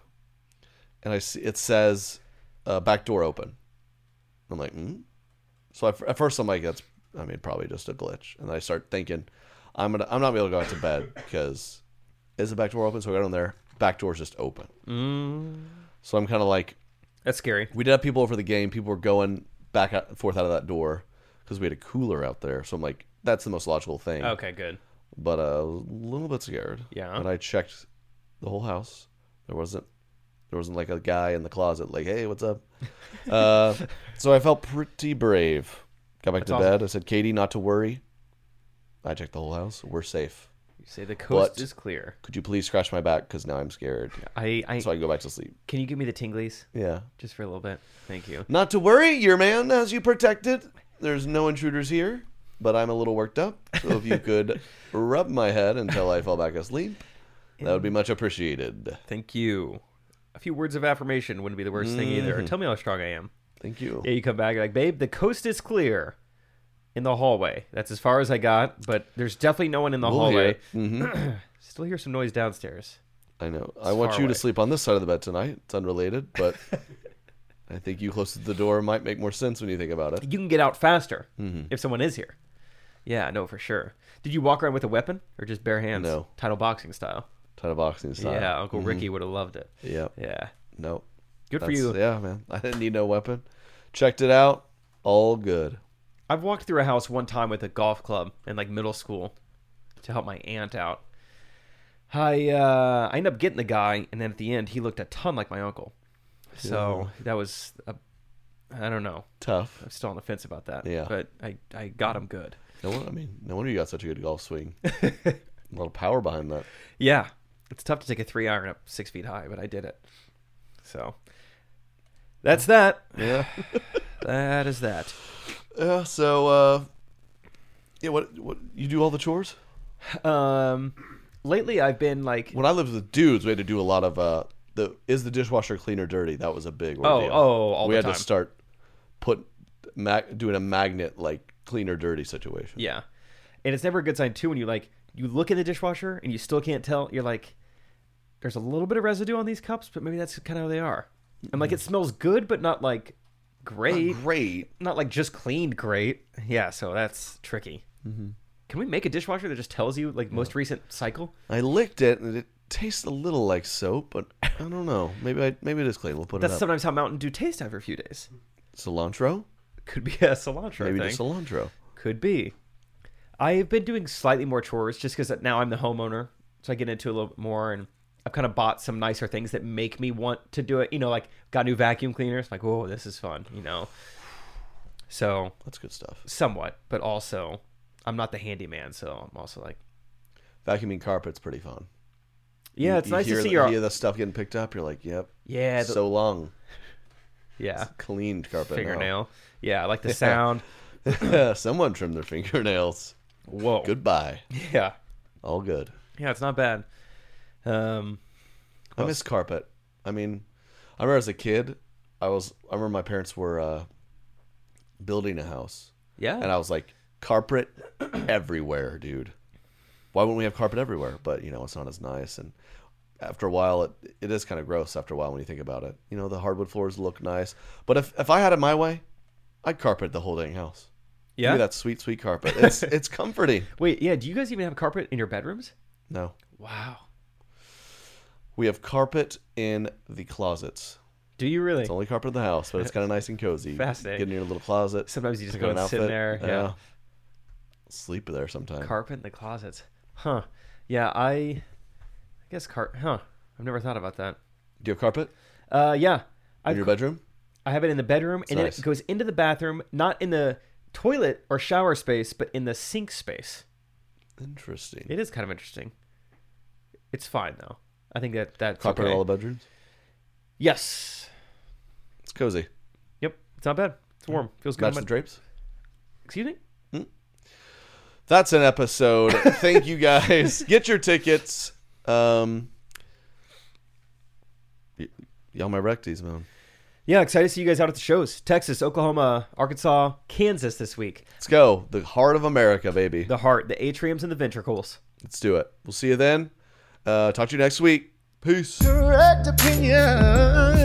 S1: and I see it says uh, back door open. I'm like, hmm? so I, at first I'm like, that's I mean probably just a glitch, and then I start thinking, I'm gonna I'm not gonna be able to go out to bed because is the back door open? So I got on there, back door's just open. Mm. So I'm kind of like,
S3: That's scary.
S1: we did have people over the game. People were going back and forth out of that door because we had a cooler out there. So I'm like, that's the most logical thing.
S3: Okay, good.
S1: But uh, I was a little bit scared.
S3: Yeah.
S1: And I checked the whole house. There wasn't there wasn't like a guy in the closet like, hey, what's
S3: (laughs)
S1: up? uh, so I felt pretty brave. Got back to
S3: awesome.
S1: bed. I said, Katie, not to worry. I checked the whole house. We're safe.
S3: You say the coast
S1: But-
S3: is clear.
S1: Could you please scratch my back? Because now I'm scared.
S3: I, I
S1: So I can go back to sleep.
S3: can you give me the tinglies
S1: Yeah.
S3: just for a little bit? Thank you.
S1: Not to worry, your man has you protected. There's no intruders here, but I'm a little worked up. So
S3: (laughs)
S1: if you could rub my head until I fall back asleep, that would be much appreciated.
S3: Thank you. A few words of affirmation wouldn't be the worst thing
S1: Mm-hmm.
S3: either. Tell me how strong I am.
S1: Thank you.
S3: Yeah, you come back you're like, babe, the coast is clear. In the hallway. That's as far as I got, but there's definitely no one in the
S1: We'll hear Mm-hmm.
S3: hallway.
S1: it.
S3: (clears throat) Still hear some noise downstairs.
S1: I know. I want
S3: far
S1: you
S3: away.
S1: to sleep on this side of the bed tonight. It's unrelated,
S3: (laughs)
S1: but I think you close to the door might make more sense when you think about it.
S3: You can get out faster
S1: Mm-hmm.
S3: if someone is here. Yeah, no, for sure. Did you walk around with a weapon or just bare hands?
S1: No.
S3: Title boxing style.
S1: Title boxing style. Mm-hmm.
S3: yeah, Uncle Ricky would have loved it.
S1: Yeah.
S3: Yeah.
S1: No.
S3: Good for
S1: That's-
S3: you.
S1: Yeah, man. I didn't need no weapon. Checked it out. All good.
S3: I've walked through a house one time with a golf club in like middle school to help my aunt out. I uh, I ended up getting the guy, and then at the end, he looked a ton like my uncle. So that was a, I don't know. (laughs)
S1: Tough.
S3: I'm still on the fence about that.
S1: Yeah.
S3: but I I got him good.
S1: No one, I mean, no wonder you got such a good golf
S3: (laughs)
S1: swing. a lot of power behind that.
S3: Yeah, it's tough to take a three iron up six feet high, but I did it. So that's that.
S1: Yeah.
S3: That is that.
S1: (laughs) Yeah. So, uh, yeah. What? What? You do all the chores?
S3: Um, lately I've been like,
S1: When I lived with dudes, we had to do a lot of uh, the is the dishwasher clean or dirty? That was a big.
S3: Oh,
S1: ordeal.
S3: oh, all
S1: we
S3: the
S1: had
S3: time.
S1: to start put mag- doing a magnet like clean or dirty situation.
S3: Yeah. And it's never a good sign too when you like you look in the dishwasher and you still can't tell. You're like, there's a little bit of residue on these cups, but maybe that's kind of how they are. And like it smells good, but not like great, not,
S1: Great.
S3: like just cleaned great. Yeah, so that's tricky. Mm-hmm. Can we make a dishwasher that just tells you like most recent cycle?
S1: I licked it and it tastes a little like soap, but I don't know. Maybe I maybe it is clean. We'll put
S3: That's
S1: it up.
S3: sometimes how Mountain Dew tastes after a few days.
S1: cilantro.
S3: Could be a cilantro
S1: Maybe
S3: thing.
S1: just cilantro.
S3: Could be. I've been doing slightly more chores just because now I'm the homeowner, so I get into it a little bit more, and I've kind of bought some nicer things that make me want to do it. You know, like got new vacuum cleaners. Like, whoa, this is fun. You know, so
S1: That's good stuff.
S3: somewhat, but also I'm not the handyman, so I'm also like,
S1: Vacuuming carpet's pretty fun.
S3: yeah,
S1: You-
S3: it's
S1: you
S3: nice
S1: hear
S3: to see
S1: the,
S3: your
S1: hear the stuff getting picked up. You're like, yep.
S3: yeah, the,
S1: so long.
S3: yeah
S1: Cleaned carpet. now.
S3: fingernail, yeah,
S1: (laughs)
S3: I like the sound.
S1: Someone trimmed their fingernails.
S3: Whoa,
S1: Goodbye.
S3: (laughs) yeah.
S1: All good.
S3: Yeah, it's not bad. Um,
S1: I miss carpet. I mean, I remember as a kid, I was I remember my parents were uh, building a house,
S3: yeah.
S1: and I was like, carpet everywhere, dude. Why wouldn't we have carpet everywhere? But you know, it's not as nice. And after a while, it it is kind of gross. After a while, when you think about it, you know, the hardwood floors look nice. But if if I had it my way, I'd carpet the whole dang house. Give
S3: yeah.
S1: me that sweet sweet carpet. It's it's comforting.
S3: Wait, yeah. Do you guys even have carpet in your bedrooms?
S1: No,
S3: Wow.
S1: we have carpet in the closets.
S3: Do you really?
S1: It's only carpet in the house, but it's kind of nice and cozy.
S3: Fascinating.
S1: Get in your little closet.
S3: Sometimes you just
S1: pick
S3: go
S1: out
S3: and sit in there, yeah.
S1: Sleep there sometimes.
S3: Carpet in the closets. Huh. Yeah, I. I guess carpet. Huh. I've never thought about that.
S1: Do you have carpet
S3: Uh, yeah. I
S1: in your bedroom?
S3: I have it in the bedroom, and
S1: nice.
S3: then it goes into the bathroom, not in the toilet or shower space, but in the sink space.
S1: Interesting.
S3: It is kind of interesting. It's fine though. I think that that's
S1: carpet
S3: okay.
S1: in all the bedrooms.
S3: Yes.
S1: It's cozy.
S3: Yep. It's not bad. It's warm. Feels good.
S1: Match
S3: on
S1: the
S3: my-
S1: drapes.
S3: Excuse me.
S1: That's an
S3: (laughs)
S1: episode. Thank you guys. Get your tickets. Um, y- y'all my recties, man.
S3: Yeah, excited to see you guys out at the shows. Texas, Oklahoma, Arkansas, Kansas this week.
S1: Let's go. The heart of America, baby.
S3: The heart, the atriums, and the ventricles.
S1: Let's do it. We'll see you then. Uh, talk to you next week. Peace.
S7: Direct opinion.